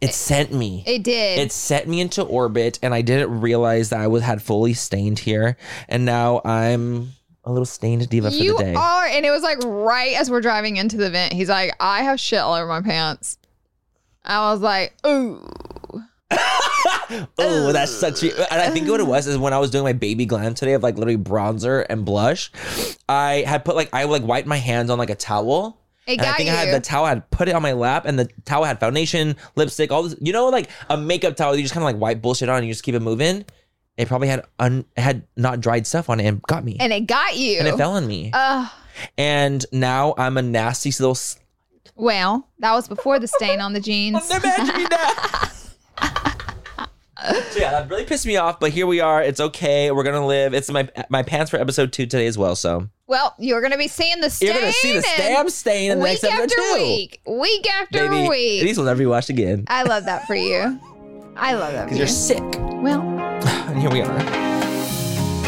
[SPEAKER 2] it, sent me. It,
[SPEAKER 1] it did.
[SPEAKER 2] sent me into orbit, and I didn't realize that I was had fully stained here, and now I'm a little stained diva
[SPEAKER 1] you
[SPEAKER 2] for the day.
[SPEAKER 1] are, and it was like right as we're driving into the event. He's like, "I have shit all over my pants." I was like, "Ooh,
[SPEAKER 2] oh, that sucks! And I think what it was is when I was doing my baby glam today of like literally bronzer and blush, I had put like I like wiped my hands on like a towel.
[SPEAKER 1] it
[SPEAKER 2] and
[SPEAKER 1] got
[SPEAKER 2] I think
[SPEAKER 1] you."
[SPEAKER 2] I had the towel, I had put it on my lap, and the towel had foundation, lipstick, all this. You know, like a makeup towel, you just kind of like wipe bullshit on and you just keep it moving. It probably had un- had not dried stuff on it and got me. And,
[SPEAKER 1] and it got you. Uh
[SPEAKER 2] it fell on me.
[SPEAKER 1] Ugh.
[SPEAKER 2] and now I'm a nasty little. s-
[SPEAKER 1] well, that was before the stain on the jeans.
[SPEAKER 2] Imagine me now. So yeah, that really pissed me off. But here we are. It's okay. We're gonna live. It's my my pants for episode two today as well. So
[SPEAKER 1] Well, you're going to be seeing the stain.
[SPEAKER 2] you're gonna see the
[SPEAKER 1] and
[SPEAKER 2] damn stain in the
[SPEAKER 1] Week
[SPEAKER 2] next episode
[SPEAKER 1] after
[SPEAKER 2] too.
[SPEAKER 1] week. Week after
[SPEAKER 2] Baby,
[SPEAKER 1] week.
[SPEAKER 2] these will never be watched again
[SPEAKER 1] I love that for you. I love that for you.
[SPEAKER 2] because you're sick.
[SPEAKER 1] well.
[SPEAKER 2] And here we are.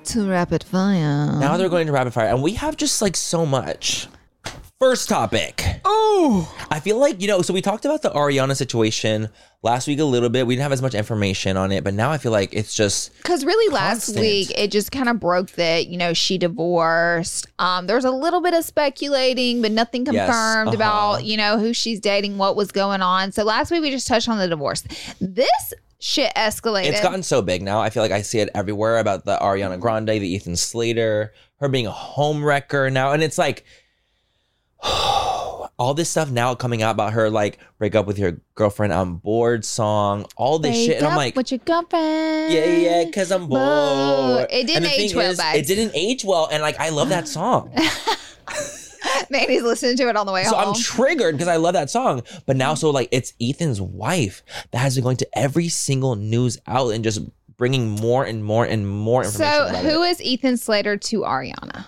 [SPEAKER 1] To rapid fire.
[SPEAKER 2] Now they're going to rapid fire, and we have just like so much. First topic.
[SPEAKER 3] Oh,
[SPEAKER 2] I feel like, you know, so we talked about the Ariana situation last week a little bit. We didn't have as much information on it, but now I feel like it's just
[SPEAKER 1] Because really, last
[SPEAKER 2] Constant.
[SPEAKER 1] week it just kind of broke that you know she divorced. Um, there was a little bit of speculating, but nothing confirmed
[SPEAKER 2] Yes, uh-huh.
[SPEAKER 1] about you know who she's dating, what was going on. So last week we just touched on the divorce. This shit escalated.
[SPEAKER 2] it's gotten so big now. I feel like I see it everywhere about the
[SPEAKER 1] Mm-hmm.
[SPEAKER 2] Ariana Grande, the Ethan Slater, her being a home wrecker now. And it's like all this stuff now coming out about her like break up with your girlfriend on board song, all this
[SPEAKER 1] Wake
[SPEAKER 2] shit. And I'm
[SPEAKER 1] up
[SPEAKER 2] like,
[SPEAKER 1] with your girlfriend.
[SPEAKER 2] yeah, yeah, because I'm
[SPEAKER 1] Boo.
[SPEAKER 2] bored.
[SPEAKER 1] It didn't
[SPEAKER 2] And the thing
[SPEAKER 1] age well,
[SPEAKER 2] is,
[SPEAKER 1] babes.
[SPEAKER 2] It didn't age well. And like, I love that song.
[SPEAKER 1] Manny's listening to it on the way
[SPEAKER 2] So
[SPEAKER 1] home.
[SPEAKER 2] I'm triggered because I love that song. But now, so like, it's Ethan's wife that has been going to every single news outlet and just bringing more and more and more information.
[SPEAKER 1] so
[SPEAKER 2] about
[SPEAKER 1] who
[SPEAKER 2] it.
[SPEAKER 1] is Ethan Slater to Ariana?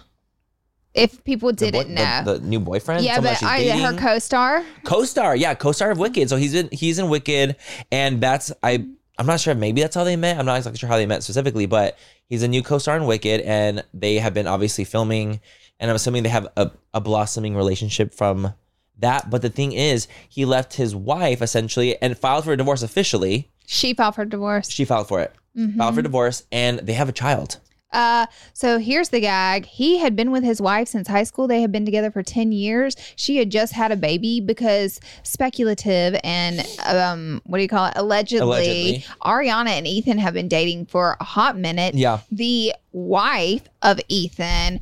[SPEAKER 1] If people
[SPEAKER 2] The boy-
[SPEAKER 1] didn't know,
[SPEAKER 2] the, the new boyfriend?
[SPEAKER 1] yeah,
[SPEAKER 2] Someone
[SPEAKER 1] but
[SPEAKER 2] that she's
[SPEAKER 1] Ari- her
[SPEAKER 2] dating?
[SPEAKER 1] co-star.
[SPEAKER 2] co-star, yeah, co-star of Wicked. So he's in he's in Wicked, and that's I I'm not sure. Maybe that's how they met. I'm not exactly sure how they met specifically, but he's a new co-star in Wicked, and they have been obviously filming, and I'm assuming they have a, a blossoming relationship from that. But the thing is, he left his wife essentially and filed for a divorce officially.
[SPEAKER 1] She filed for divorce. Mm-hmm.
[SPEAKER 2] She filed for it, filed for divorce, and they have a child.
[SPEAKER 1] Uh, so here's the gag. He had been with his wife since high school. They had been together for 10 years. She had just had a baby because speculative and, um, what do you call it? Allegedly,
[SPEAKER 2] Allegedly.
[SPEAKER 1] Ariana and Ethan have been dating for a hot minute.
[SPEAKER 2] Yeah.
[SPEAKER 1] The wife of Ethan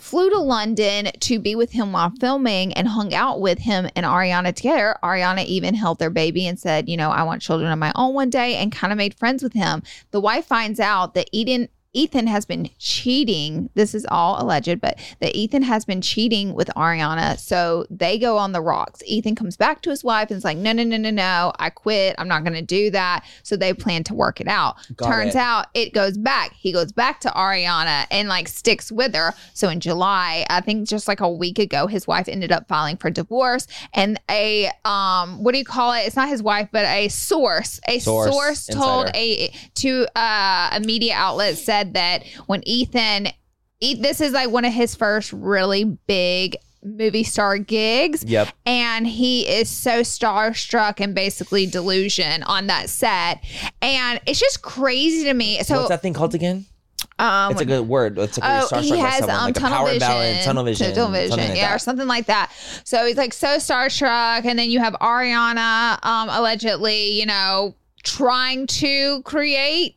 [SPEAKER 1] flew to London to be with him while filming and hung out with him and Ariana together. Ariana even held their baby and said, you know, I want children of my own one day and kind of made friends with him. The wife finds out that Eden Ethan has been cheating. This is all alleged, but that Ethan has been cheating with Ariana. So they go on the rocks. Ethan comes back to his wife and is like, no, no, no, no, no. I quit. I'm not going to do that. So they plan to work it out.
[SPEAKER 2] Got
[SPEAKER 1] Turns
[SPEAKER 2] it.
[SPEAKER 1] out it goes back. He goes back to Ariana and like sticks with her. So in July, I think just like a week ago, his wife ended up filing for divorce. And a, um, what do you call it? It's not his wife, but a source, a
[SPEAKER 2] Source,
[SPEAKER 1] source, told
[SPEAKER 2] insider.
[SPEAKER 1] a to uh, a media outlet said that when Ethan, e- this is like one of his first really big movie star gigs,
[SPEAKER 2] Yep.
[SPEAKER 1] and he is so starstruck and basically delusion on that set, and it's just crazy to me. So
[SPEAKER 2] What's that thing called again?
[SPEAKER 1] um,
[SPEAKER 2] It's a good word. It's like when you're
[SPEAKER 1] Oh, he
[SPEAKER 2] starstruck by
[SPEAKER 1] has
[SPEAKER 2] someone,
[SPEAKER 1] um,
[SPEAKER 2] like a
[SPEAKER 1] tunnel,
[SPEAKER 2] power
[SPEAKER 1] vision,
[SPEAKER 2] balance, tunnel vision,
[SPEAKER 1] tunnel
[SPEAKER 2] something
[SPEAKER 1] vision,
[SPEAKER 2] like
[SPEAKER 1] yeah, or
[SPEAKER 2] that.
[SPEAKER 1] something like that. So he's like so starstruck, and then you have Ariana, um, allegedly, you know, trying to create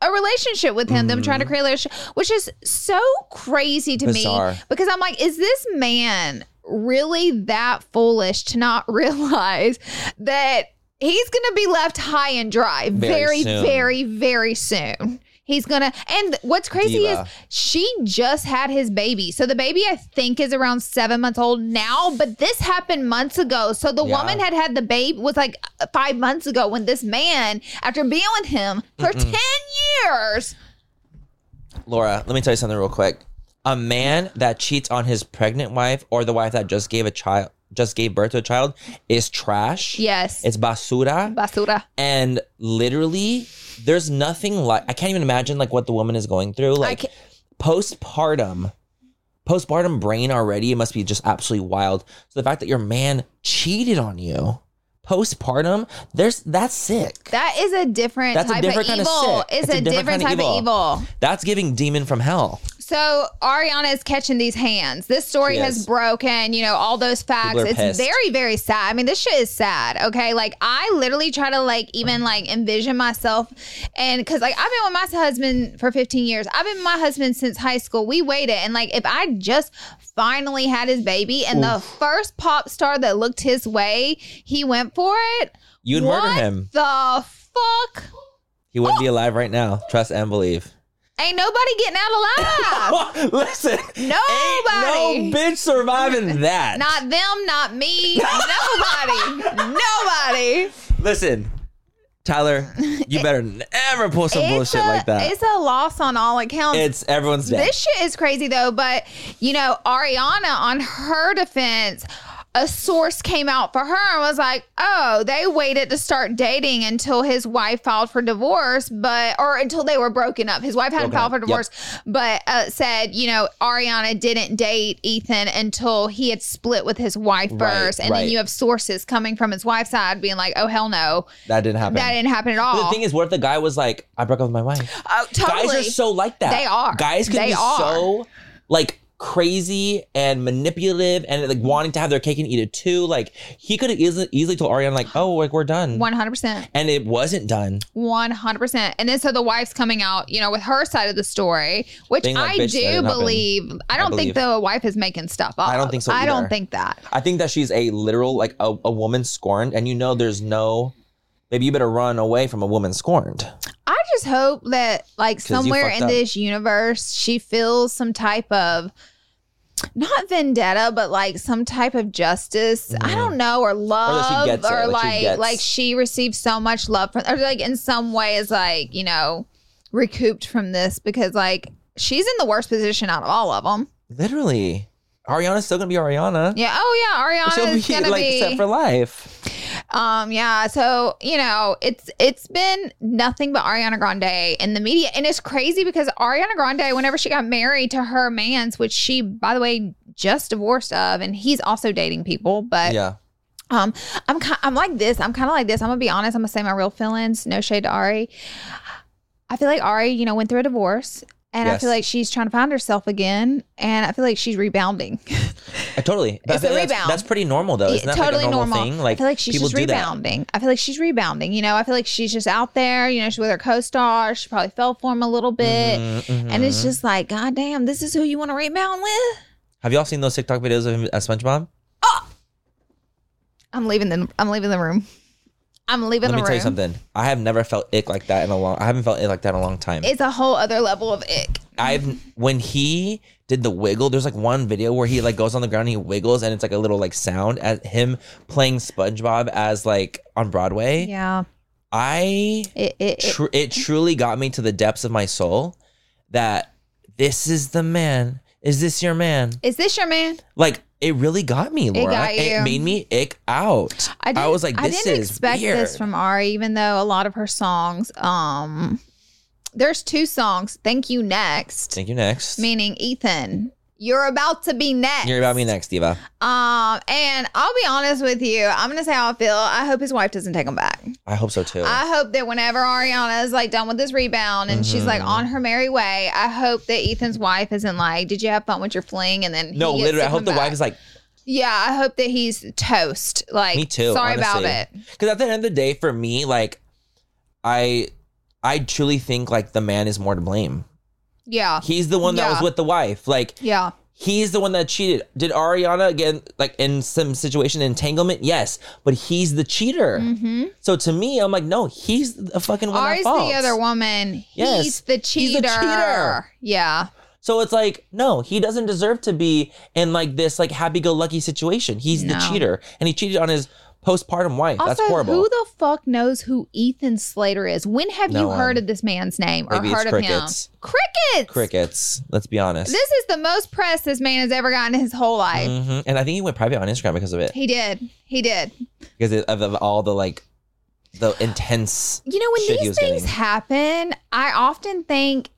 [SPEAKER 1] a relationship with him, them
[SPEAKER 2] Mm-hmm.
[SPEAKER 1] trying to create a relationship, which is so crazy to
[SPEAKER 2] Bizarre.
[SPEAKER 1] me because I'm like, is this man really that foolish to not realize that? He's gonna be left high and dry
[SPEAKER 2] Very
[SPEAKER 1] very,
[SPEAKER 2] soon.
[SPEAKER 1] very, very soon. He's gonna, and what's crazy
[SPEAKER 2] Diva.
[SPEAKER 1] is she just had his baby. So the baby, I think, is around seven months old now, but this happened months ago. So the
[SPEAKER 2] Yeah.
[SPEAKER 1] woman had had the baby, was like uh, five months ago when this man, after being with him for 10 years,
[SPEAKER 2] Laura, let me tell you something real quick. A man that cheats on his pregnant wife or the wife that just gave a child, just gave birth to a child, is trash.
[SPEAKER 1] yes,
[SPEAKER 2] It's basura.
[SPEAKER 1] basura.
[SPEAKER 2] and literally there's nothing like i can't even imagine like what the woman is going through like
[SPEAKER 1] can't-
[SPEAKER 2] postpartum postpartum brain already it must be just absolutely wild so the fact that your man cheated on you postpartum there's that's sick
[SPEAKER 1] That is a different
[SPEAKER 2] That's a
[SPEAKER 1] type of
[SPEAKER 2] different kind of
[SPEAKER 1] evil.
[SPEAKER 2] sick.
[SPEAKER 1] it's
[SPEAKER 2] That's
[SPEAKER 1] a, different, type of evil.
[SPEAKER 2] that's giving demon from hell
[SPEAKER 1] So Ariana is catching these hands. This story
[SPEAKER 2] She
[SPEAKER 1] has
[SPEAKER 2] is.
[SPEAKER 1] broken, you know, all those facts.
[SPEAKER 2] are
[SPEAKER 1] It's
[SPEAKER 2] pissed.
[SPEAKER 1] very, very sad. I mean, this shit is sad. Okay. Like I literally try to like even like envision myself and cause like I've been with my husband for 15 years. I've been with my husband since high school. We waited. And like if I just finally had his baby and the first pop star that looked his way, he went for it.
[SPEAKER 2] you'd murder
[SPEAKER 1] What Oh.
[SPEAKER 2] him
[SPEAKER 1] The fuck?
[SPEAKER 2] he wouldn't be alive right now trust and believe
[SPEAKER 1] Ain't nobody getting out alive.
[SPEAKER 2] listen
[SPEAKER 1] Nobody.
[SPEAKER 2] ain't no bitch surviving that
[SPEAKER 1] Not them, not me, nobody, nobody.
[SPEAKER 2] listen tyler you better never pull some bullshit
[SPEAKER 1] a,
[SPEAKER 2] like that
[SPEAKER 1] It's a loss on all accounts.
[SPEAKER 2] It's everyone's dead.
[SPEAKER 1] this shit is crazy though, but you know, Ariana, on her defense, a source came out for her and was like, oh, they waited to start dating until his wife filed for divorce, but, or until they were broken up. His wife hadn't
[SPEAKER 2] Broken
[SPEAKER 1] filed
[SPEAKER 2] up,
[SPEAKER 1] for
[SPEAKER 2] yep.
[SPEAKER 1] divorce, but uh, said, you know, Ariana didn't date Ethan until he had split with his wife
[SPEAKER 2] Right,
[SPEAKER 1] first. And
[SPEAKER 2] right.
[SPEAKER 1] then you have sources coming from his wife's side being like, oh, hell no.
[SPEAKER 2] that didn't happen.
[SPEAKER 1] That didn't happen at
[SPEAKER 2] But
[SPEAKER 1] all.
[SPEAKER 2] the thing is, what if the guy was like, "I broke up with my wife"?
[SPEAKER 1] oh, totally.
[SPEAKER 2] Guys are so like that.
[SPEAKER 1] They are.
[SPEAKER 2] Guys can
[SPEAKER 1] They
[SPEAKER 2] be
[SPEAKER 1] are.
[SPEAKER 2] so like crazy and manipulative and like wanting to have their cake and eat it too. Like he could have easily, easily told Ariana like, "Oh, like we're done,"
[SPEAKER 1] 100%.
[SPEAKER 2] and it wasn't done.
[SPEAKER 1] One hundred percent. And then so the wife's coming out, you know, with her side of the story, which
[SPEAKER 2] Being like,
[SPEAKER 1] I
[SPEAKER 2] "Bitch, that
[SPEAKER 1] do
[SPEAKER 2] didn't happen."
[SPEAKER 1] believe. I don't think
[SPEAKER 2] believe.
[SPEAKER 1] the wife is making stuff up.
[SPEAKER 2] I don't think so
[SPEAKER 1] I
[SPEAKER 2] either.
[SPEAKER 1] don't think that.
[SPEAKER 2] I think that she's a literal like a, a woman scorned, and you know, there's no. Maybe you better run away from a woman scorned.
[SPEAKER 1] I just hope that like
[SPEAKER 2] you
[SPEAKER 1] somewhere
[SPEAKER 2] fucked
[SPEAKER 1] in
[SPEAKER 2] up.
[SPEAKER 1] this universe she feels some type of not vendetta, but like some type of justice. I don't know, or love,
[SPEAKER 2] gets it,
[SPEAKER 1] or
[SPEAKER 2] like Mm-hmm. she
[SPEAKER 1] like
[SPEAKER 2] gets-
[SPEAKER 1] like she received so much love from, or like in some way is like you know recouped from this because like she's in the worst position out of all of them.
[SPEAKER 2] Literally, Ariana's still gonna be Ariana.
[SPEAKER 1] Yeah. Oh yeah,
[SPEAKER 2] She'll
[SPEAKER 1] Ariana is gonna
[SPEAKER 2] like
[SPEAKER 1] be.
[SPEAKER 2] set for life.
[SPEAKER 1] um. Yeah. So you know, it's it's been nothing but Ariana Grande in the media, and it's crazy because Ariana Grande, whenever she got married to her man's, which she, by the way, just divorced of, and he's also dating people, but
[SPEAKER 2] Yeah.
[SPEAKER 1] um, I'm ki- I'm like this. I'm kind of like this. I'm gonna be honest. I'm gonna say my real feelings. No shade to Ari. I feel like Ari, you know, went through a divorce And I
[SPEAKER 2] Yes.
[SPEAKER 1] feel like she's trying to find herself again. And I feel like she's rebounding.
[SPEAKER 2] Uh, totally. But I
[SPEAKER 1] It's a
[SPEAKER 2] feel like that's,
[SPEAKER 1] rebound.
[SPEAKER 2] that's pretty normal though. Isn't
[SPEAKER 1] Yeah,
[SPEAKER 2] that like a normal, thing?
[SPEAKER 1] I
[SPEAKER 2] Like,
[SPEAKER 1] feel like she's
[SPEAKER 2] people
[SPEAKER 1] just
[SPEAKER 2] do
[SPEAKER 1] rebounding. I feel like she's rebounding. You know, I feel like she's just out there. You know, she's with her co-star. She probably fell for him a
[SPEAKER 2] Mm-hmm,
[SPEAKER 1] little bit,
[SPEAKER 2] that. Mhm,
[SPEAKER 1] and it's
[SPEAKER 2] mhm.
[SPEAKER 1] just like, God damn, this is who you want to rebound with.
[SPEAKER 2] Have y'all seen those TikTok videos of him as SpongeBob?
[SPEAKER 1] I'm leaving the. I'm leaving the room. I'm leaving
[SPEAKER 2] Let me
[SPEAKER 1] the
[SPEAKER 2] tell
[SPEAKER 1] room.
[SPEAKER 2] you something. I have never felt ick like that in a long. I haven't felt ick like that in a long time.
[SPEAKER 1] It's a whole other level of ick.
[SPEAKER 2] I've when he did the wiggle. There's like one video where he like goes on the ground and he wiggles, and it's like a little like sound at him playing SpongeBob as like on Broadway.
[SPEAKER 1] Yeah.
[SPEAKER 2] I
[SPEAKER 1] It. It. it
[SPEAKER 2] tr- it truly got me to the depths of my soul that this is the man. Is this your man?
[SPEAKER 1] is this your man?
[SPEAKER 2] Like it really got me, Laura.
[SPEAKER 1] got you.
[SPEAKER 2] It made me ick out. I,
[SPEAKER 1] didn't-
[SPEAKER 2] was like,
[SPEAKER 1] I
[SPEAKER 2] this
[SPEAKER 1] didn't
[SPEAKER 2] is
[SPEAKER 1] expect
[SPEAKER 2] weird.
[SPEAKER 1] this from Ari, even though a lot of her songs. Um, there's two songs. Thank you next.
[SPEAKER 2] Thank you. Next,
[SPEAKER 1] meaning Ethan. You're about to be next.
[SPEAKER 2] you're about me next, Diva.
[SPEAKER 1] Um, and I'll be honest with you. I'm gonna say how I feel. I hope his wife doesn't take him back.
[SPEAKER 2] I hope so too.
[SPEAKER 1] I hope that whenever Ariana is like done with this rebound and she's
[SPEAKER 2] Mm-hmm.
[SPEAKER 1] like on her merry way, I hope that Ethan's wife isn't like, "Did you have fun with your fling?" And then he
[SPEAKER 2] no,
[SPEAKER 1] gets
[SPEAKER 2] literally. I
[SPEAKER 1] to
[SPEAKER 2] hope
[SPEAKER 1] come
[SPEAKER 2] the
[SPEAKER 1] back.
[SPEAKER 2] wife is like,
[SPEAKER 1] Yeah, I hope that he's toast. Like,
[SPEAKER 2] me too.
[SPEAKER 1] Sorry about
[SPEAKER 2] honestly.
[SPEAKER 1] it.
[SPEAKER 2] Because at the end of the day, for me, like, I, I truly think like the man is more to blame.
[SPEAKER 1] Yeah,
[SPEAKER 2] He's the one that was
[SPEAKER 1] Yeah.
[SPEAKER 2] with the wife. Like,
[SPEAKER 1] yeah.
[SPEAKER 2] he's the one that cheated. Did Ariana again, like in some situation entanglement? Yes, but he's the cheater.
[SPEAKER 1] Mm-hmm.
[SPEAKER 2] So to me, I'm like, no, he's the fucking one. at
[SPEAKER 1] Ari's
[SPEAKER 2] fault.
[SPEAKER 1] the other woman.
[SPEAKER 2] Yes.
[SPEAKER 1] He's the
[SPEAKER 2] He's the
[SPEAKER 1] cheater.
[SPEAKER 2] cheater.
[SPEAKER 1] Yeah.
[SPEAKER 2] So it's like, no, he doesn't deserve to be in like this like happy-go-lucky situation. He's the
[SPEAKER 1] No.
[SPEAKER 2] cheater, and he cheated on his postpartum wife.
[SPEAKER 1] Also,
[SPEAKER 2] That's horrible.
[SPEAKER 1] who the fuck knows who Ethan Slater is? When have
[SPEAKER 2] No
[SPEAKER 1] you
[SPEAKER 2] one.
[SPEAKER 1] heard of this man's name or
[SPEAKER 2] Maybe it's
[SPEAKER 1] heard of
[SPEAKER 2] crickets.
[SPEAKER 1] him? Crickets.
[SPEAKER 2] Crickets. Let's be honest.
[SPEAKER 1] This is the most press this man has ever gotten in his whole life.
[SPEAKER 2] Mhm. And I think he went private on Instagram because of it,
[SPEAKER 1] He did. He did.
[SPEAKER 2] because of, of all the like, the intense.
[SPEAKER 1] You know, when
[SPEAKER 2] Shit he
[SPEAKER 1] these
[SPEAKER 2] was getting.
[SPEAKER 1] things happen, I often think,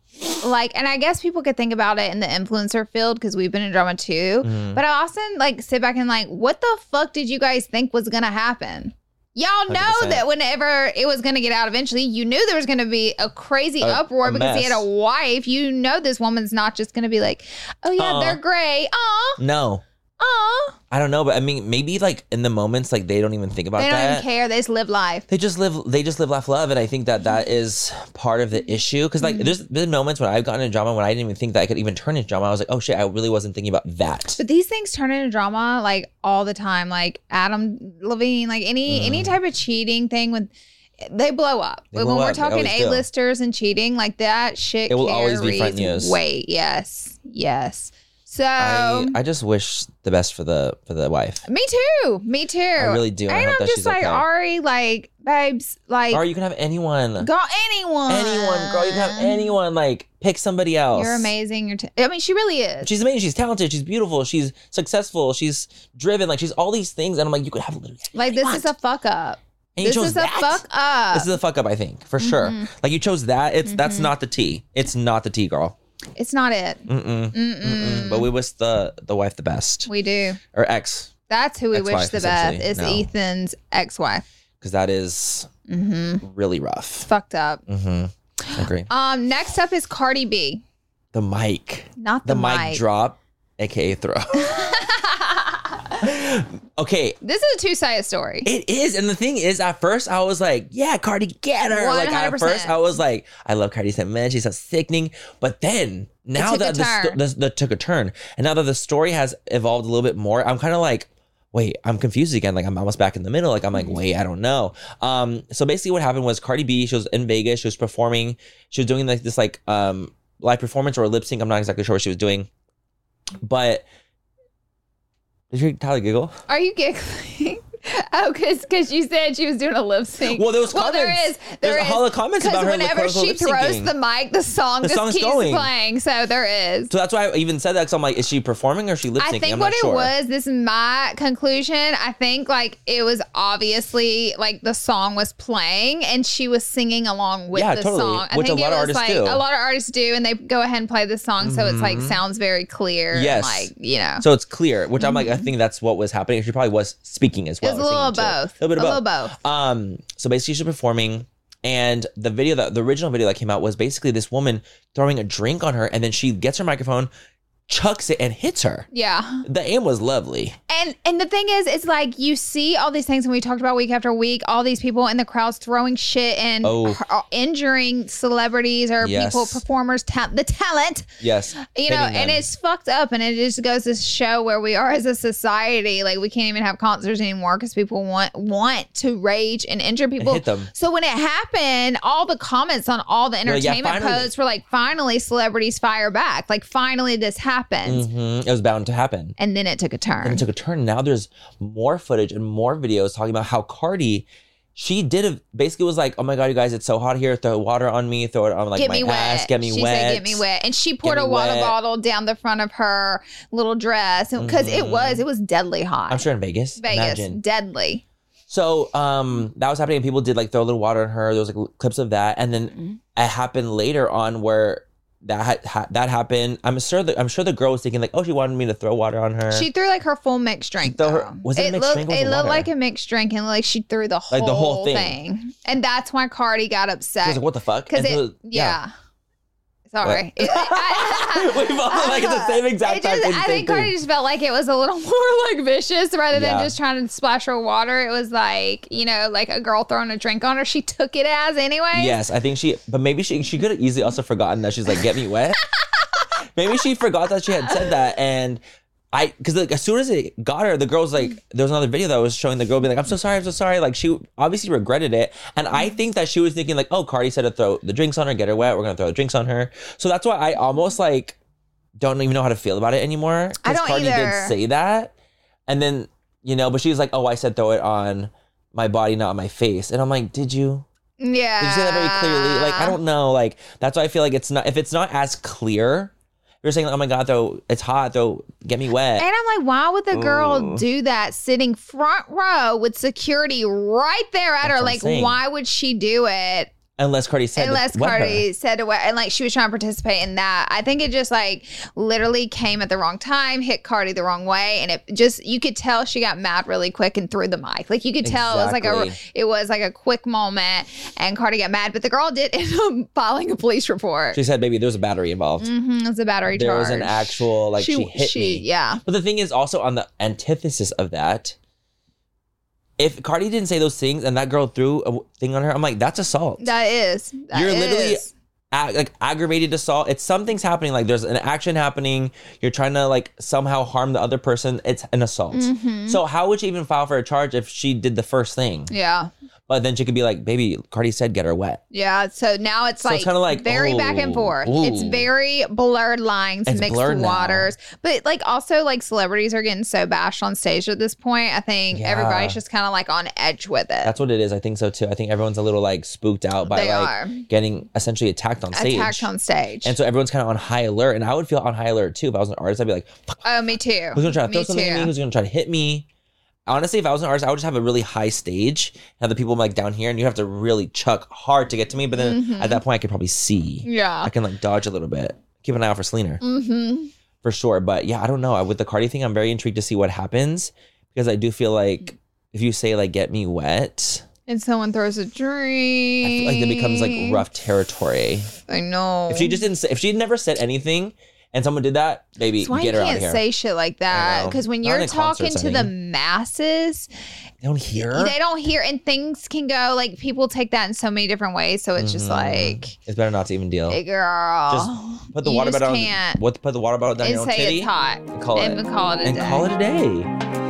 [SPEAKER 1] like, and I guess people could think about it in the influencer field because we've been in drama too.
[SPEAKER 2] Mhm.
[SPEAKER 1] But I often like sit back and like, what the fuck did you guys think was gonna happen? Y'all know
[SPEAKER 2] 100%.
[SPEAKER 1] that whenever it was gonna get out eventually, you knew there was gonna be a crazy
[SPEAKER 2] A-
[SPEAKER 1] uproar
[SPEAKER 2] a
[SPEAKER 1] because he had
[SPEAKER 2] mess.
[SPEAKER 1] a wife. You know this woman's not just gonna be like, oh yeah,
[SPEAKER 2] Aw.
[SPEAKER 1] they're great. Aw,
[SPEAKER 2] No,
[SPEAKER 1] aw.
[SPEAKER 2] I don't know, but I mean, maybe like in the moments, like they don't even think about
[SPEAKER 1] They don't
[SPEAKER 2] that.
[SPEAKER 1] even care. They just live life.
[SPEAKER 2] They just live. They just live, laugh, love, and I think that that
[SPEAKER 1] Mm-hmm.
[SPEAKER 2] is part of the issue. Because like, there's been moments when I've gotten in drama when I didn't even think that I could even turn into drama. I was like, oh shit, I really wasn't thinking about that.
[SPEAKER 1] But these things turn into drama like all the time. Like Adam Levine, like any any type of cheating thing with they blow up.
[SPEAKER 2] Mm-hmm. They
[SPEAKER 1] But when
[SPEAKER 2] blow
[SPEAKER 1] we're
[SPEAKER 2] up. They
[SPEAKER 1] talking
[SPEAKER 2] always do.
[SPEAKER 1] A listers and cheating, like that shit
[SPEAKER 2] It will
[SPEAKER 1] carries
[SPEAKER 2] always be front news.
[SPEAKER 1] weight. Yes. Yes. So
[SPEAKER 2] I,
[SPEAKER 1] Um,
[SPEAKER 2] I just wish the best for the for the wife.
[SPEAKER 1] me too. Me too. I
[SPEAKER 2] really do, and
[SPEAKER 1] And,
[SPEAKER 2] I hope
[SPEAKER 1] I'm
[SPEAKER 2] that
[SPEAKER 1] just
[SPEAKER 2] she's
[SPEAKER 1] like
[SPEAKER 2] okay.
[SPEAKER 1] Ari, like babes, like
[SPEAKER 2] Or you can have anyone,
[SPEAKER 1] go anyone,
[SPEAKER 2] anyone, girl. You can have anyone. Like, pick somebody else.
[SPEAKER 1] You're amazing. You're. T- I mean, she really is.
[SPEAKER 2] She's amazing. She's talented. She's beautiful. She's successful. She's driven. Like she's all these things. And I'm like, you could have literally.
[SPEAKER 1] like this is a fuck up.
[SPEAKER 2] And you
[SPEAKER 1] This
[SPEAKER 2] chose
[SPEAKER 1] is
[SPEAKER 2] that?
[SPEAKER 1] a fuck Mm-hmm. up.
[SPEAKER 2] This is a fuck up. I think for sure. Like you chose that. It's that's
[SPEAKER 1] Mm-hmm.
[SPEAKER 2] not the T. It's not the T, girl.
[SPEAKER 1] it's not it.
[SPEAKER 2] Mm-mm. Mm-mm. But we wish the the wife the best
[SPEAKER 1] Mm. We do.
[SPEAKER 2] or ex
[SPEAKER 1] That's who we wish
[SPEAKER 2] Ex-wife,
[SPEAKER 1] the best
[SPEAKER 2] essentially.
[SPEAKER 1] is
[SPEAKER 2] No.
[SPEAKER 1] Ethan's ex-wife.
[SPEAKER 2] because that is
[SPEAKER 1] Mm-hmm.
[SPEAKER 2] really rough.
[SPEAKER 1] Fucked up.
[SPEAKER 2] Mm-hmm. Agree.
[SPEAKER 1] Um, next up is Cardi B.
[SPEAKER 2] The mic,
[SPEAKER 1] Not
[SPEAKER 2] the,
[SPEAKER 1] the,
[SPEAKER 2] mic,
[SPEAKER 1] mic.
[SPEAKER 2] drop, aka throw. okay.
[SPEAKER 1] This is a two-sided story.
[SPEAKER 2] It is, and the thing is, at first I was like, "Yeah, Cardi, get her!" Like at
[SPEAKER 1] 100%.
[SPEAKER 2] first I was like, "I love Cardi so much; she's so sickening." But then, now
[SPEAKER 1] took a
[SPEAKER 2] that the, sto-
[SPEAKER 1] turn.
[SPEAKER 2] the, the took a turn, and now that the story has evolved a little bit more, I'm kind of like, "Wait, I'm confused again." Like I'm almost back in the middle. Like I'm
[SPEAKER 1] Mm-hmm.
[SPEAKER 2] like, "Wait, I don't know." Um, so basically, what happened was Cardi B, she was in Vegas, she was performing, she was doing like this like um live performance or lip sync. I'm not exactly sure what she was doing, but did you hear Tyler giggle?
[SPEAKER 1] Are you giggling? Oh, because you said she was doing a lip sync.
[SPEAKER 2] Well, there was comments.
[SPEAKER 1] there is. There
[SPEAKER 2] There's a
[SPEAKER 1] is.
[SPEAKER 2] hell of comments
[SPEAKER 1] 'Cause
[SPEAKER 2] about her, like,
[SPEAKER 1] Whenever
[SPEAKER 2] quote, unquote,
[SPEAKER 1] she
[SPEAKER 2] lip
[SPEAKER 1] throws
[SPEAKER 2] syncing.
[SPEAKER 1] the mic, the song
[SPEAKER 2] The
[SPEAKER 1] just
[SPEAKER 2] song's
[SPEAKER 1] keeps
[SPEAKER 2] going.
[SPEAKER 1] playing. So there is.
[SPEAKER 2] So that's why I even said that because I'm like, is she performing or is she lip syncing?
[SPEAKER 1] I think
[SPEAKER 2] am
[SPEAKER 1] what
[SPEAKER 2] not sure.
[SPEAKER 1] it was, this is my conclusion. I think like it was obviously like the song was playing and she was singing along with
[SPEAKER 2] Yeah,
[SPEAKER 1] the
[SPEAKER 2] totally,
[SPEAKER 1] song. I
[SPEAKER 2] which a
[SPEAKER 1] think
[SPEAKER 2] lot
[SPEAKER 1] it
[SPEAKER 2] of
[SPEAKER 1] was
[SPEAKER 2] artists
[SPEAKER 1] like
[SPEAKER 2] do. Mm-hmm.
[SPEAKER 1] a lot of artists do and they go ahead and play the song so it's like sounds very clear. and,
[SPEAKER 2] Yes.
[SPEAKER 1] like, you know.
[SPEAKER 2] So it's clear, which I'm like, I think that's what was happening. She probably was speaking as well.
[SPEAKER 1] Mm-hmm. It was a
[SPEAKER 2] or
[SPEAKER 1] little
[SPEAKER 2] singing,
[SPEAKER 1] of
[SPEAKER 2] too.
[SPEAKER 1] both.
[SPEAKER 2] A little bit of
[SPEAKER 1] A
[SPEAKER 2] both.
[SPEAKER 1] little both.
[SPEAKER 2] Um, so basically, she's performing. And the video that the original video that came out was basically this woman throwing a drink on her, and then she gets her microphone, chucks it, and hits her.
[SPEAKER 1] Yeah.
[SPEAKER 2] The aim was lovely.
[SPEAKER 1] And and the thing is, it's like you see all these things, and we talked about week after week, all these people in the crowds throwing shit and
[SPEAKER 2] Oh.
[SPEAKER 1] h- injuring celebrities or
[SPEAKER 2] Yes.
[SPEAKER 1] people, performers, ta- the talent,
[SPEAKER 2] Yes.
[SPEAKER 1] you know,
[SPEAKER 2] hitting them.
[SPEAKER 1] and it's fucked up. And it just goes to show where we are as a society. Like we can't even have concerts anymore because people want want to rage and injure
[SPEAKER 2] And
[SPEAKER 1] people.
[SPEAKER 2] hit them.
[SPEAKER 1] So when it happened, all the comments on all the
[SPEAKER 2] yeah,
[SPEAKER 1] entertainment
[SPEAKER 2] finally.
[SPEAKER 1] posts were like, "Finally, celebrities fire back! Like finally, this happens."
[SPEAKER 2] Mhm. It was bound to happen.
[SPEAKER 1] And then it took a
[SPEAKER 2] And
[SPEAKER 1] turn.
[SPEAKER 2] it took a turn. Now there's more footage and more videos talking about how Cardi, she did a, basically was like, oh my god, you guys, it's so hot here. Throw water on me. Throw it on like
[SPEAKER 1] get me
[SPEAKER 2] my ass.
[SPEAKER 1] wet.
[SPEAKER 2] Get me
[SPEAKER 1] she
[SPEAKER 2] wet.
[SPEAKER 1] said, "Get me wet," and she poured
[SPEAKER 2] me
[SPEAKER 1] a water
[SPEAKER 2] wet.
[SPEAKER 1] bottle down the front of her little dress because it
[SPEAKER 2] Mhm.
[SPEAKER 1] was it was deadly hot.
[SPEAKER 2] I'm sure in Vegas.
[SPEAKER 1] Vegas
[SPEAKER 2] Imagine.
[SPEAKER 1] deadly.
[SPEAKER 2] So um, that was happening, and people did like throw a little water on her. There was like clips of that, and then
[SPEAKER 1] Mm-hmm.
[SPEAKER 2] it happened later on where that ha- ha- that happened. I'm sure that I'm sure the girl was thinking like, oh, she wanted me to throw water on her.
[SPEAKER 1] She threw like her full mixed drink.
[SPEAKER 2] threw her-
[SPEAKER 1] though.
[SPEAKER 2] was it a mixed
[SPEAKER 1] looked,
[SPEAKER 2] drink or was
[SPEAKER 1] It
[SPEAKER 2] it
[SPEAKER 1] looked
[SPEAKER 2] water?
[SPEAKER 1] like a mixed drink, and like she threw the whole,
[SPEAKER 2] Like the whole
[SPEAKER 1] thing.
[SPEAKER 2] thing.
[SPEAKER 1] and that's why Cardi got upset
[SPEAKER 2] I was like, what the fuck?
[SPEAKER 1] because
[SPEAKER 2] And
[SPEAKER 1] it,
[SPEAKER 2] so-
[SPEAKER 1] yeah. Sorry, It-
[SPEAKER 2] We've all like the same exact
[SPEAKER 1] It just-
[SPEAKER 2] fucking
[SPEAKER 1] I
[SPEAKER 2] same
[SPEAKER 1] think Cardi
[SPEAKER 2] thing.
[SPEAKER 1] just felt like it was a little more like vicious rather than
[SPEAKER 2] Yeah.
[SPEAKER 1] just trying to splash her water. It was like you know, like a girl throwing a drink on her. She took it as anyway.
[SPEAKER 2] Yes, I think she, but maybe she she could have easily also forgotten that she's like, get me wet. maybe she forgot that she had said that, and I because like as soon as it got her, the girl's like, there was another video that was showing the girl being like, I'm so sorry, I'm so sorry. Like she obviously regretted it, and I
[SPEAKER 1] Mm-hmm.
[SPEAKER 2] think that she was thinking like, oh, Cardi said to throw the drinks on her, get her wet. We're gonna throw the drinks on her. So that's why I almost like don't even know how to feel about it anymore.
[SPEAKER 1] I
[SPEAKER 2] 'Cause
[SPEAKER 1] don't
[SPEAKER 2] Cardi
[SPEAKER 1] either.
[SPEAKER 2] did say that, and then you know, but she's like, oh, I said throw it on. My body, not on my face, and I'm like, did you?
[SPEAKER 1] yeah.
[SPEAKER 2] Did you say that very clearly? Like, I don't know. Like, that's why I feel like it's not, if it's not as clear, you're saying, like, oh my God, though, it's hot, though, get me wet.
[SPEAKER 1] And I'm like, why would the girl
[SPEAKER 2] Ooh.
[SPEAKER 1] do that sitting front row with security right there at her?
[SPEAKER 2] That's what I'm
[SPEAKER 1] Like,
[SPEAKER 2] saying.
[SPEAKER 1] why would she do it?
[SPEAKER 2] Unless Cardi said,
[SPEAKER 1] Unless
[SPEAKER 2] wet her.
[SPEAKER 1] Cardi said to wear, and like she was trying to participate in that. I think it just like literally came at the wrong time, hit Cardi the wrong way, and it just you could tell she got mad really quick and threw the mic. Like you could tell it was like
[SPEAKER 2] Exactly.
[SPEAKER 1] a it was like a quick moment, and Cardi got mad, but the girl did end up filing a police report.
[SPEAKER 2] She said, baby, there's a battery involved.
[SPEAKER 1] hmm it's a battery
[SPEAKER 2] there
[SPEAKER 1] charge.
[SPEAKER 2] was an actual, like, she, hit me.
[SPEAKER 1] Yeah,
[SPEAKER 2] But the thing is also on the antithesis of that, if Cardi didn't say those things and that girl threw a thing on her, I'm like, that's assault.
[SPEAKER 1] that is. that
[SPEAKER 2] You're literally
[SPEAKER 1] is.
[SPEAKER 2] ag- like aggravated assault. It's something's happening. Like there's an action happening. You're trying to like somehow harm the other person. It's an assault. So how would she even file for a charge if she did the first thing?
[SPEAKER 1] Mm-hmm. yeah.
[SPEAKER 2] But then she could be like, "Baby, Cardi said get her wet."
[SPEAKER 1] Yeah, so now it's
[SPEAKER 2] So
[SPEAKER 1] like,
[SPEAKER 2] it's kinda like,
[SPEAKER 1] very back and
[SPEAKER 2] ooh,
[SPEAKER 1] forth. It's
[SPEAKER 2] ooh.
[SPEAKER 1] very blurred lines,
[SPEAKER 2] It's
[SPEAKER 1] mixed
[SPEAKER 2] blurred now.
[SPEAKER 1] waters. But like also like celebrities are getting so bashed on stage at this point. I think
[SPEAKER 2] Yeah.
[SPEAKER 1] everybody's just kind of like on edge with it.
[SPEAKER 2] That's what it is. I think so too. I think everyone's a little like spooked out by
[SPEAKER 1] They
[SPEAKER 2] like
[SPEAKER 1] are.
[SPEAKER 2] getting essentially attacked on stage.
[SPEAKER 1] Attacked on stage.
[SPEAKER 2] and so everyone's kind of on high alert, and I would feel on high alert too. If I was an artist, I'd be like, Fuck,
[SPEAKER 1] oh, me too.
[SPEAKER 2] "Who's gonna try to throw
[SPEAKER 1] me
[SPEAKER 2] something at me?
[SPEAKER 1] too.
[SPEAKER 2] Who's gonna try to hit me?" Honestly, if I was an artist, I would just have a really high stage, have the people like down here, and you have to really chuck hard to get to me. But then
[SPEAKER 1] Mhm.
[SPEAKER 2] at that point, I could probably see.
[SPEAKER 1] Yeah.
[SPEAKER 2] I can like dodge a little bit. Keep an eye out for Selena
[SPEAKER 1] Mm-hmm.
[SPEAKER 2] for sure. But yeah, I don't know. I- With the Cardi thing, I'm very intrigued to see what happens because I do feel like if you say like "get me wet,"
[SPEAKER 1] And someone throws a
[SPEAKER 2] I
[SPEAKER 1] drink.
[SPEAKER 2] feel like that becomes like rough territory.
[SPEAKER 1] I know.
[SPEAKER 2] If she just didn't, say, if she never said anything, and someone did that, baby,
[SPEAKER 1] That's why
[SPEAKER 2] get
[SPEAKER 1] you
[SPEAKER 2] her out
[SPEAKER 1] can't
[SPEAKER 2] of here.
[SPEAKER 1] say shit like that.
[SPEAKER 2] know.
[SPEAKER 1] Because when
[SPEAKER 2] Not
[SPEAKER 1] you're
[SPEAKER 2] in
[SPEAKER 1] talking
[SPEAKER 2] concerts, I
[SPEAKER 1] to the
[SPEAKER 2] think.
[SPEAKER 1] masses,
[SPEAKER 2] They don't hear.
[SPEAKER 1] they don't hear and things can go like people take that in so many different ways so it's just
[SPEAKER 2] Mhm.
[SPEAKER 1] like
[SPEAKER 2] it's better not to even deal.
[SPEAKER 1] hey, girl
[SPEAKER 2] Just put the
[SPEAKER 1] you
[SPEAKER 2] water
[SPEAKER 1] just
[SPEAKER 2] bottle.
[SPEAKER 1] can't.
[SPEAKER 2] On, what? Put the water bottle down
[SPEAKER 1] and
[SPEAKER 2] your own
[SPEAKER 1] say
[SPEAKER 2] titty.
[SPEAKER 1] it's hot
[SPEAKER 2] And call
[SPEAKER 1] and
[SPEAKER 2] it.
[SPEAKER 1] call it a
[SPEAKER 2] and
[SPEAKER 1] day
[SPEAKER 2] call it a day.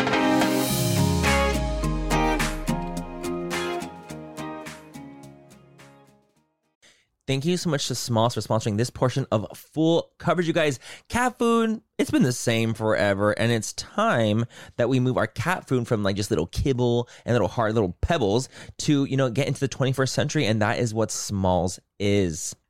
[SPEAKER 2] Thank you so much to Smalls for sponsoring this portion of full coverage. You guys, cat food, it's been the same forever, and it's time that we move our cat food from like just little kibble and little hard little pebbles to, you know, get into the 21st century, and that is what Smalls is.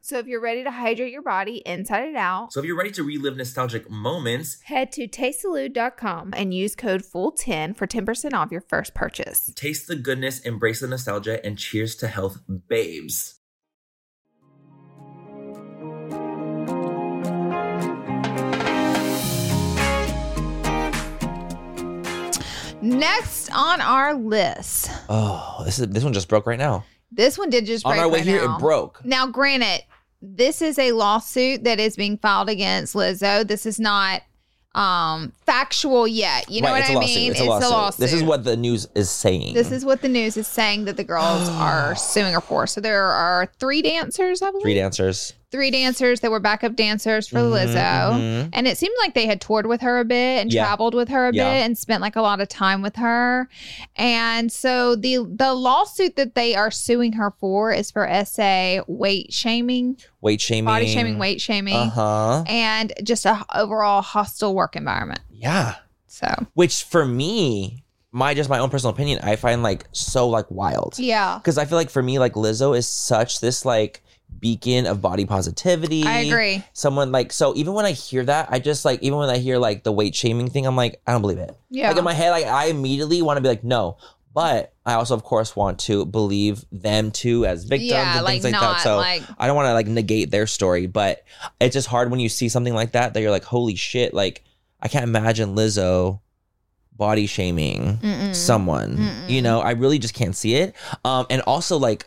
[SPEAKER 1] So if you're ready to hydrate your body inside and out,
[SPEAKER 4] So if you're ready to relive nostalgic moments,
[SPEAKER 1] head to tastesalud.com and use code FULL10 for 10% off your first purchase.
[SPEAKER 4] taste the goodness, embrace the nostalgia, and cheers to health, babes.
[SPEAKER 1] Next on our list.
[SPEAKER 2] Oh, this is this one just broke right now.
[SPEAKER 1] This one did just
[SPEAKER 2] On
[SPEAKER 1] break
[SPEAKER 2] our way
[SPEAKER 1] right
[SPEAKER 2] here,
[SPEAKER 1] now.
[SPEAKER 2] it broke.
[SPEAKER 1] Now, granted, this is a lawsuit that is being filed against Lizzo. This is not um factual yet. You know
[SPEAKER 2] right,
[SPEAKER 1] what
[SPEAKER 2] it's
[SPEAKER 1] I
[SPEAKER 2] a lawsuit.
[SPEAKER 1] mean?
[SPEAKER 2] It's, a, lawsuit. This is what the news is saying.
[SPEAKER 1] This is what the news is saying that the girls are suing her for. So there are three dancers, I believe.
[SPEAKER 2] three dancers. Mm-hmm,
[SPEAKER 1] Three dancers that were backup dancers for Lizzo.
[SPEAKER 2] Mhm, mhm.
[SPEAKER 1] And it seemed like they had toured with her a bit and
[SPEAKER 2] Yeah.
[SPEAKER 1] traveled with her a
[SPEAKER 2] Yeah.
[SPEAKER 1] bit and spent like a lot of time with her. And so the the lawsuit that they are suing her for is for SA weight shaming,
[SPEAKER 2] Weight shaming.
[SPEAKER 1] body shaming, weight shaming,
[SPEAKER 2] Uh huh.
[SPEAKER 1] and just a h- overall hostile work environment.
[SPEAKER 2] Yeah.
[SPEAKER 1] So
[SPEAKER 2] Which for me, my just my own personal opinion, I find like so like wild.
[SPEAKER 1] yeah,
[SPEAKER 2] Because I feel like for me, like Lizzo is such this like beacon of body positivity.
[SPEAKER 1] I agree.
[SPEAKER 2] Someone like so even when I hear that, I just like even when I hear like the weight shaming thing, I'm like, I don't believe it.
[SPEAKER 1] Yeah,
[SPEAKER 2] Like in my head, like I immediately want to be like, no. But I also, of course, want to believe them too as victims
[SPEAKER 1] yeah,
[SPEAKER 2] and
[SPEAKER 1] like
[SPEAKER 2] things
[SPEAKER 1] not
[SPEAKER 2] like that. So
[SPEAKER 1] like
[SPEAKER 2] I don't want to like negate their story, but it's just hard when you see something like that that you're like, holy shit! Like I can't imagine Lizzo body shaming
[SPEAKER 1] mm-mm.
[SPEAKER 2] someone.
[SPEAKER 1] Mm-mm.
[SPEAKER 2] You know, I really just can't see it. Um, and also like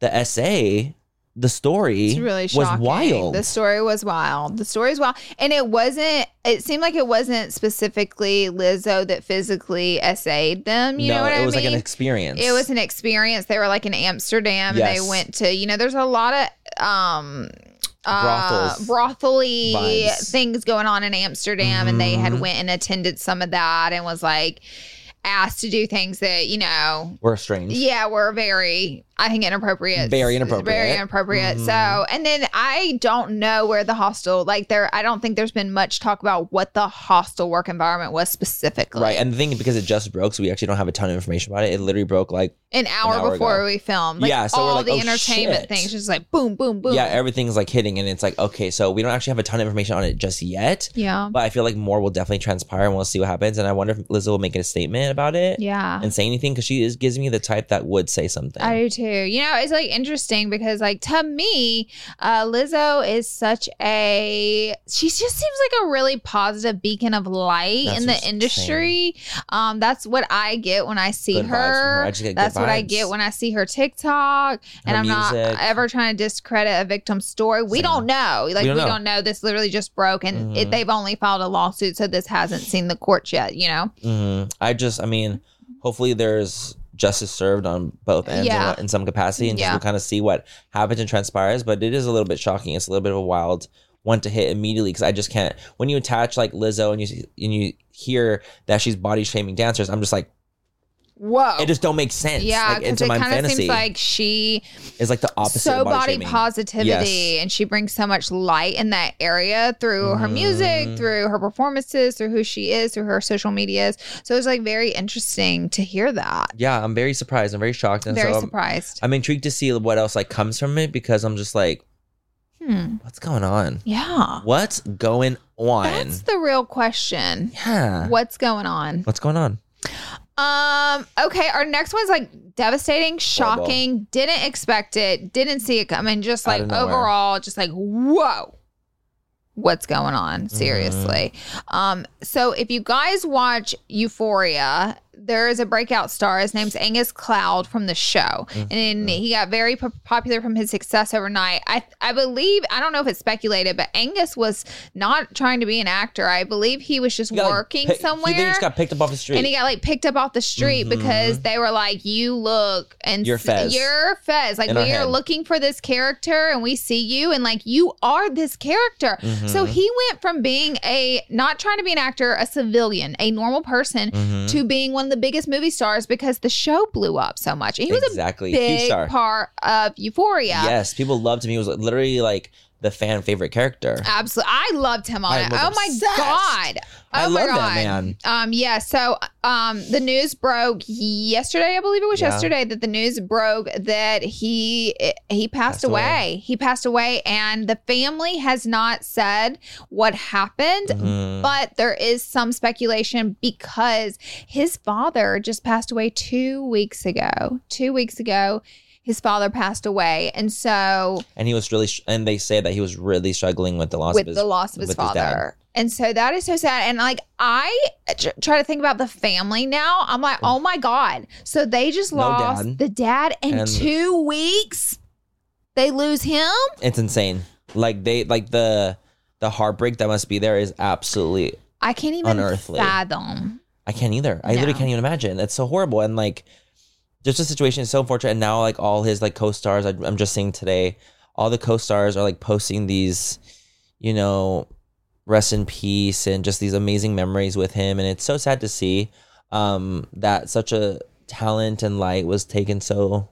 [SPEAKER 2] the essay, the story
[SPEAKER 1] It's really
[SPEAKER 2] was
[SPEAKER 1] shocking.
[SPEAKER 2] wild.
[SPEAKER 1] The story was wild. The story is wild, and it wasn't. It seemed like it wasn't specifically Lizzo that physically essayed them. You
[SPEAKER 2] no,
[SPEAKER 1] know what
[SPEAKER 2] it
[SPEAKER 1] I
[SPEAKER 2] was
[SPEAKER 1] mean?
[SPEAKER 2] like an experience.
[SPEAKER 1] it was an experience. They were like in Amsterdam, and
[SPEAKER 2] Yes.
[SPEAKER 1] they went to. You know, there's a lot of um. Uh,
[SPEAKER 2] Brothels.
[SPEAKER 1] brothely
[SPEAKER 2] Vibes.
[SPEAKER 1] things going on in Amsterdam, and they had
[SPEAKER 2] Mhm.
[SPEAKER 1] went and attended some of that, and was like asked to do things that you know
[SPEAKER 2] We're strange.
[SPEAKER 1] yeah, we're very, I think, inappropriate.
[SPEAKER 2] Very inappropriate. Mm-hmm.
[SPEAKER 1] Very inappropriate. So, and then I don't know where the hostel, like, there, I don't think there's been much talk about what the hostile work environment was specifically.
[SPEAKER 2] Right. And the thing because it just broke, so we actually don't have a ton of information about it. It literally broke like
[SPEAKER 1] An hour,
[SPEAKER 2] An hour
[SPEAKER 1] before
[SPEAKER 2] ago.
[SPEAKER 1] we filmed. Like,
[SPEAKER 2] Yeah, so we're
[SPEAKER 1] all
[SPEAKER 2] like,
[SPEAKER 1] the
[SPEAKER 2] oh,
[SPEAKER 1] entertainment
[SPEAKER 2] shit.
[SPEAKER 1] things, just like boom, boom, boom.
[SPEAKER 2] yeah, everything's like hitting and it's like, okay, so we don't actually have a ton of information on it just yet.
[SPEAKER 1] yeah.
[SPEAKER 2] But I feel like more will definitely transpire and we'll see what happens. And I wonder if Lizzo will make a statement about it
[SPEAKER 1] Yeah.
[SPEAKER 2] and say anything because she is gives me the type that would say something.
[SPEAKER 1] I do too. You know, it's like interesting because like to me, uh, Lizzo is such a she just seems like a really positive beacon of light
[SPEAKER 2] That's
[SPEAKER 1] in the
[SPEAKER 2] what's
[SPEAKER 1] industry. Um, that's what I get when I see
[SPEAKER 2] Good vibes
[SPEAKER 1] her.
[SPEAKER 2] from her. I just get good
[SPEAKER 1] that's what I
[SPEAKER 2] vibes.
[SPEAKER 1] get when I see her TikTok. And
[SPEAKER 2] Her
[SPEAKER 1] I'm not
[SPEAKER 2] music.
[SPEAKER 1] ever trying to discredit a victim's story. We
[SPEAKER 2] Same.
[SPEAKER 1] don't know. Like we don't,
[SPEAKER 2] don't know.
[SPEAKER 1] know. This literally just broke, and it,
[SPEAKER 2] Mhm.
[SPEAKER 1] they've only filed a lawsuit, so this hasn't seen the courts yet. You know.
[SPEAKER 2] hmm I just, I mean, hopefully there's justice served on both ends in
[SPEAKER 1] Yeah.
[SPEAKER 2] what- in, some capacity, and
[SPEAKER 1] Yeah.
[SPEAKER 2] just we'll kind of see what happens and transpires. But it is a little bit shocking. It's a little bit of a wild one to hit immediately because I just can't. When you attach like Lizzo and you see- and you hear that she's body shaming dancers, I'm just like,
[SPEAKER 1] Whoa.
[SPEAKER 2] it just don't make sense.
[SPEAKER 1] Oh. yeah,
[SPEAKER 2] like,
[SPEAKER 1] because
[SPEAKER 2] into
[SPEAKER 1] it
[SPEAKER 2] my
[SPEAKER 1] kind of
[SPEAKER 2] fantasy
[SPEAKER 1] seems like she
[SPEAKER 2] is like the opposite.
[SPEAKER 1] so
[SPEAKER 2] of body,
[SPEAKER 1] body,
[SPEAKER 2] shaming.
[SPEAKER 1] positivity,
[SPEAKER 2] Yes.
[SPEAKER 1] and she brings so much light in that area through her music,
[SPEAKER 2] Mhm.
[SPEAKER 1] through her performances, through who she is, through her social medias. So it's like very interesting to hear that.
[SPEAKER 2] Yeah, I'm very surprised. I'm very shocked, and
[SPEAKER 1] very
[SPEAKER 2] so um, I'm-
[SPEAKER 1] surprised.
[SPEAKER 2] I'm intrigued to see what else like comes from it because I'm just like,
[SPEAKER 1] hmm.
[SPEAKER 2] what's going on?
[SPEAKER 1] Yeah,
[SPEAKER 2] What's going on?
[SPEAKER 1] that's the real question.
[SPEAKER 2] yeah.
[SPEAKER 1] What's going on?
[SPEAKER 2] What's going on?
[SPEAKER 1] Um. Okay. Our next one's like devastating, shocking. Didn't expect it. Didn't see it coming. Just
[SPEAKER 2] Out
[SPEAKER 1] like
[SPEAKER 2] of nowhere.
[SPEAKER 1] overall, just like whoa, what's going on?
[SPEAKER 2] Mm-hmm.
[SPEAKER 1] Seriously. Um. So if you guys watch Euphoria, there is a breakout star. His name's Angus Cloud from the show,
[SPEAKER 2] Mm-hmm.
[SPEAKER 1] and he got very po- popular from his success overnight. I I believe I don't know if it's speculated, but Angus was not trying to be an actor. I believe he was just
[SPEAKER 2] He got, like,
[SPEAKER 1] working
[SPEAKER 2] pi-
[SPEAKER 1] somewhere.
[SPEAKER 2] He then just got picked up off the street. Mm-hmm.
[SPEAKER 1] And he got like picked up off the street because they were like, "You look and
[SPEAKER 2] You're
[SPEAKER 1] s-
[SPEAKER 2] Fez.
[SPEAKER 1] you're Fez. Like
[SPEAKER 2] In our
[SPEAKER 1] we are
[SPEAKER 2] head.
[SPEAKER 1] looking for this character, and we see you, and like you are this character."
[SPEAKER 2] Mm-hmm.
[SPEAKER 1] So he went from being a not trying to be an actor, a civilian, a normal person,
[SPEAKER 2] Mm-hmm.
[SPEAKER 1] to being one of the biggest movie stars because the show blew up so much. And he was
[SPEAKER 2] exactly.
[SPEAKER 1] a big
[SPEAKER 2] Huge star.
[SPEAKER 1] part of Euphoria.
[SPEAKER 2] Yes, people loved him. He was literally like the fan favorite character.
[SPEAKER 1] Absolutely. I loved him on
[SPEAKER 2] I
[SPEAKER 1] it.
[SPEAKER 2] was
[SPEAKER 1] Oh my
[SPEAKER 2] obsessed.
[SPEAKER 1] God. Oh my
[SPEAKER 2] I love that
[SPEAKER 1] God.
[SPEAKER 2] man.
[SPEAKER 1] Um, yeah. So um the news broke yesterday, I believe it was
[SPEAKER 2] Yeah.
[SPEAKER 1] yesterday, that the news broke that he eh, he passed,
[SPEAKER 2] Passed
[SPEAKER 1] away.
[SPEAKER 2] away.
[SPEAKER 1] He passed away and the family has not said what happened.
[SPEAKER 2] Mhm.
[SPEAKER 1] But there is some speculation because his father just passed away two weeks ago. Two weeks ago, his father passed away. And so
[SPEAKER 2] And he was really, sh- and they say that he was really struggling with the loss
[SPEAKER 1] with
[SPEAKER 2] of his
[SPEAKER 1] the loss of his
[SPEAKER 2] with his dad.
[SPEAKER 1] father. and so that is so sad. And like I tr- try to think about the family now. I'm like, oh my god. So they just
[SPEAKER 2] No
[SPEAKER 1] lost
[SPEAKER 2] dad.
[SPEAKER 1] the dad in
[SPEAKER 2] And-
[SPEAKER 1] two weeks. They lose him.
[SPEAKER 2] It's insane. Like they, like the the heartbreak that must be there is absolutely.
[SPEAKER 1] I can't even
[SPEAKER 2] Unearthly.
[SPEAKER 1] fathom.
[SPEAKER 2] I can't either. I literally
[SPEAKER 1] No.
[SPEAKER 2] can't even imagine. That's so horrible. And like, just the situation is so unfortunate. And now, like all his like co-stars, I, I'm just seeing today, all the co-stars are like posting these, you know, rest in peace and just these amazing memories with him. And it's so sad to see um, that such a talent and light was taken so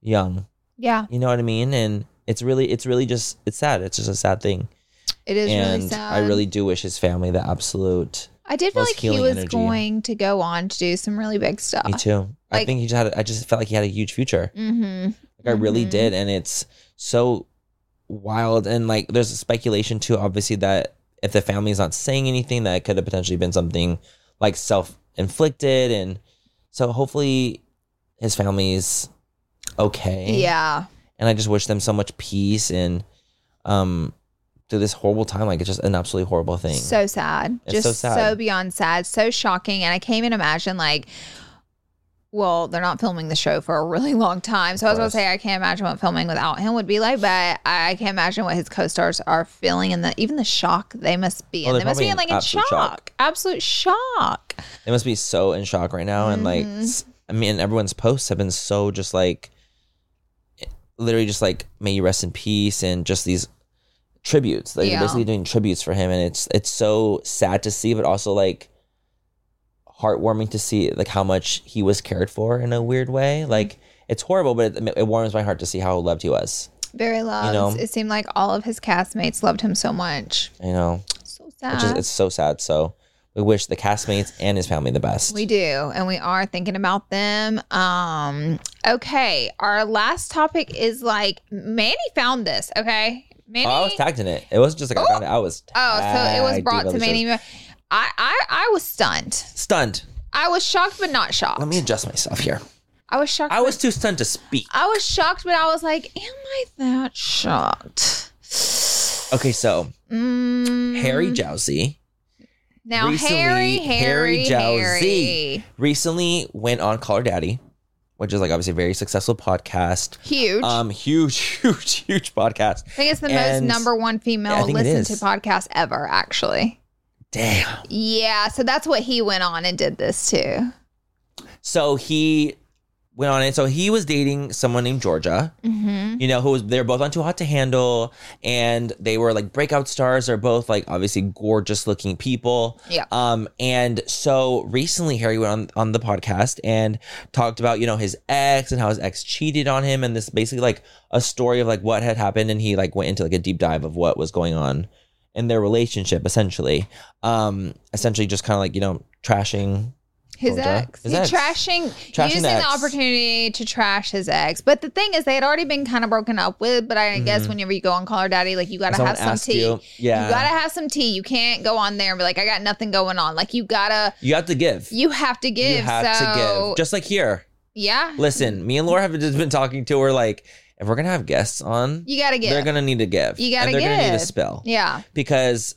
[SPEAKER 2] young.
[SPEAKER 1] Yeah,
[SPEAKER 2] You know what I mean? And it's really, it's really just, it's sad. It's just a sad thing.
[SPEAKER 1] it is
[SPEAKER 2] and
[SPEAKER 1] really sad.
[SPEAKER 2] I really do wish his family the absolute.
[SPEAKER 1] I did feel
[SPEAKER 2] most
[SPEAKER 1] like he
[SPEAKER 2] healing
[SPEAKER 1] was
[SPEAKER 2] energy.
[SPEAKER 1] going to go on to do some really big stuff.
[SPEAKER 2] Me too. I
[SPEAKER 1] Uh, like-
[SPEAKER 2] think he just had. I just felt like he had a huge future.
[SPEAKER 1] Mm-hmm.
[SPEAKER 2] Like I really
[SPEAKER 1] Mhm.
[SPEAKER 2] did, and it's so wild. And like, there's a speculation too, obviously, that if the family's not saying anything, that it could have potentially been something like self-inflicted. And so, hopefully, his family's okay.
[SPEAKER 1] Yeah.
[SPEAKER 2] And I just wish them so much peace and um through this horrible time. Like it's just an absolutely horrible thing.
[SPEAKER 1] So sad.
[SPEAKER 2] It's
[SPEAKER 1] Just so,
[SPEAKER 2] so sad.
[SPEAKER 1] beyond sad. So shocking. And I can't even imagine like well, they're not filming the show for a really long time. So I was
[SPEAKER 2] Of
[SPEAKER 1] gonna
[SPEAKER 2] course.
[SPEAKER 1] say I can't imagine what filming without him would be like, but I can't imagine what his co stars are feeling and the even the shock they must be in.
[SPEAKER 2] Oh, they're
[SPEAKER 1] they must be
[SPEAKER 2] probably
[SPEAKER 1] in like
[SPEAKER 2] in
[SPEAKER 1] in
[SPEAKER 2] absolute
[SPEAKER 1] shock.
[SPEAKER 2] shock.
[SPEAKER 1] Absolute shock.
[SPEAKER 2] They must be so in shock right now, and like,
[SPEAKER 1] Mm-hmm.
[SPEAKER 2] s- I mean, everyone's posts have been so just like, literally just like, may you rest in peace, and just these tributes. Like,
[SPEAKER 1] Yeah.
[SPEAKER 2] they're basically doing tributes for him, and it's it's so sad to see, but also like heartwarming to see like how much he was cared for in a weird way.
[SPEAKER 1] Mm-hmm.
[SPEAKER 2] Like, it's horrible, but it, it warms my heart to see how loved he was.
[SPEAKER 1] Very loved.
[SPEAKER 2] know?
[SPEAKER 1] It seemed like all of his castmates loved him so much.
[SPEAKER 2] You know,
[SPEAKER 1] So
[SPEAKER 2] which
[SPEAKER 1] sad.
[SPEAKER 2] is it's so sad. So we wish the castmates and his family the best.
[SPEAKER 1] We do, and we are thinking about them. Um, okay, our last topic is like Manny found this. Okay, Manny.
[SPEAKER 2] Oh, I was Ah, tagged in it. It wasn't just like I found it. I was.
[SPEAKER 1] oh, so it was
[SPEAKER 2] tagged
[SPEAKER 1] brought
[SPEAKER 2] in
[SPEAKER 1] to
[SPEAKER 2] other shows.
[SPEAKER 1] Manny. I, I I was stunned.
[SPEAKER 2] Stunned.
[SPEAKER 1] I was shocked, but not shocked.
[SPEAKER 2] Let me adjust myself here.
[SPEAKER 1] I was shocked.
[SPEAKER 2] I was too stunned to speak.
[SPEAKER 1] I was shocked, but I was like, am I that shocked?
[SPEAKER 2] Okay, so
[SPEAKER 1] Mm.
[SPEAKER 2] Harry Jowsey
[SPEAKER 1] Now
[SPEAKER 2] recently,
[SPEAKER 1] Harry,
[SPEAKER 2] Harry
[SPEAKER 1] Harry,
[SPEAKER 2] Jowsey.
[SPEAKER 1] Harry.
[SPEAKER 2] recently went on Call Her Daddy, which is like obviously a very successful podcast.
[SPEAKER 1] Huge.
[SPEAKER 2] Um, huge, huge, huge podcast.
[SPEAKER 1] I think it's the most
[SPEAKER 2] and-
[SPEAKER 1] number one
[SPEAKER 2] Yeah, I
[SPEAKER 1] female
[SPEAKER 2] think it
[SPEAKER 1] listened to
[SPEAKER 2] is.
[SPEAKER 1] podcast ever, actually.
[SPEAKER 2] Damn.
[SPEAKER 1] Yeah, so that's what he went on and did this too.
[SPEAKER 2] So he went on it. So he was dating someone named Georgia.
[SPEAKER 1] Mm-hmm.
[SPEAKER 2] you know, who was they were both on Too Hot to Handle, and they were like breakout stars. They're both like obviously gorgeous looking people.
[SPEAKER 1] Yeah.
[SPEAKER 2] Um, and so recently Harry went on on the podcast and talked about you know his ex and how his ex cheated on him, and this basically like a story of like what had happened, and he like went into like a deep dive of what was going on in their relationship essentially. Um, essentially just kind of like you know trashing
[SPEAKER 1] His
[SPEAKER 2] Georgia?
[SPEAKER 1] ex.
[SPEAKER 2] His
[SPEAKER 1] He
[SPEAKER 2] ex.
[SPEAKER 1] Trashing,
[SPEAKER 2] Trashing
[SPEAKER 1] using
[SPEAKER 2] the ex.
[SPEAKER 1] the opportunity to trash his ex. But the thing is, they had already been kind of broken up with. But I guess whenever you go on Call Her Daddy, like you got to
[SPEAKER 2] Mm-hmm. Someone
[SPEAKER 1] have some
[SPEAKER 2] asked
[SPEAKER 1] tea.
[SPEAKER 2] you. Yeah.
[SPEAKER 1] You got to have some tea. You can't go on there and be like, I got nothing going on. Like you got to,
[SPEAKER 2] you have to give.
[SPEAKER 1] you have to give.
[SPEAKER 2] you have to
[SPEAKER 1] so,
[SPEAKER 2] give. Just like here.
[SPEAKER 1] yeah.
[SPEAKER 2] Listen, me and Laura have just been talking to her like, if we're gonna have guests on,
[SPEAKER 1] You got to give.
[SPEAKER 2] they're gonna need to give.
[SPEAKER 1] You gotta
[SPEAKER 2] and they're gonna need to
[SPEAKER 1] give.
[SPEAKER 2] spill.
[SPEAKER 1] yeah.
[SPEAKER 2] Because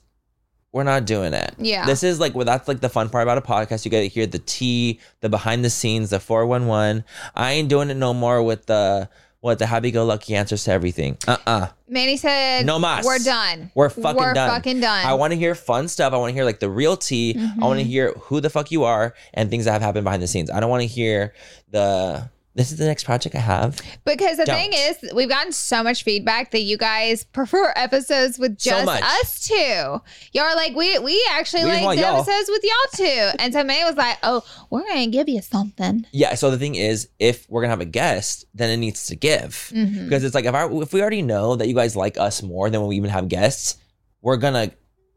[SPEAKER 2] we're not doing it.
[SPEAKER 1] Yeah.
[SPEAKER 2] This is like well, that's like the fun part about a podcast. You get to hear the tea, the behind the scenes, the 411. I ain't doing it no more with the what the happy go lucky answers to everything. Uh uh-uh. uh.
[SPEAKER 1] Manny said,
[SPEAKER 2] No mas.
[SPEAKER 1] We're done.
[SPEAKER 2] We're fucking
[SPEAKER 1] We're
[SPEAKER 2] done.
[SPEAKER 1] fucking done.
[SPEAKER 2] I want to hear fun stuff. I want to hear like the real tea. I want to hear who the fuck you are and things that have happened behind the scenes. I don't want to hear the this is the next project I have.
[SPEAKER 1] Because the
[SPEAKER 2] Don't.
[SPEAKER 1] thing is, we've gotten so much feedback that you guys prefer episodes with
[SPEAKER 2] So
[SPEAKER 1] just
[SPEAKER 2] much.
[SPEAKER 1] us two. Y'all are like, we we actually
[SPEAKER 2] We just
[SPEAKER 1] like
[SPEAKER 2] want
[SPEAKER 1] the
[SPEAKER 2] y'all.
[SPEAKER 1] episodes with y'all two. And so May was like, oh, we're gonna give you something.
[SPEAKER 2] Yeah. So the thing is, if we're gonna have a guest, then it needs to give
[SPEAKER 1] Mm-hmm.
[SPEAKER 2] because it's like if I if we already know that you guys like us more than when we even have guests, we're gonna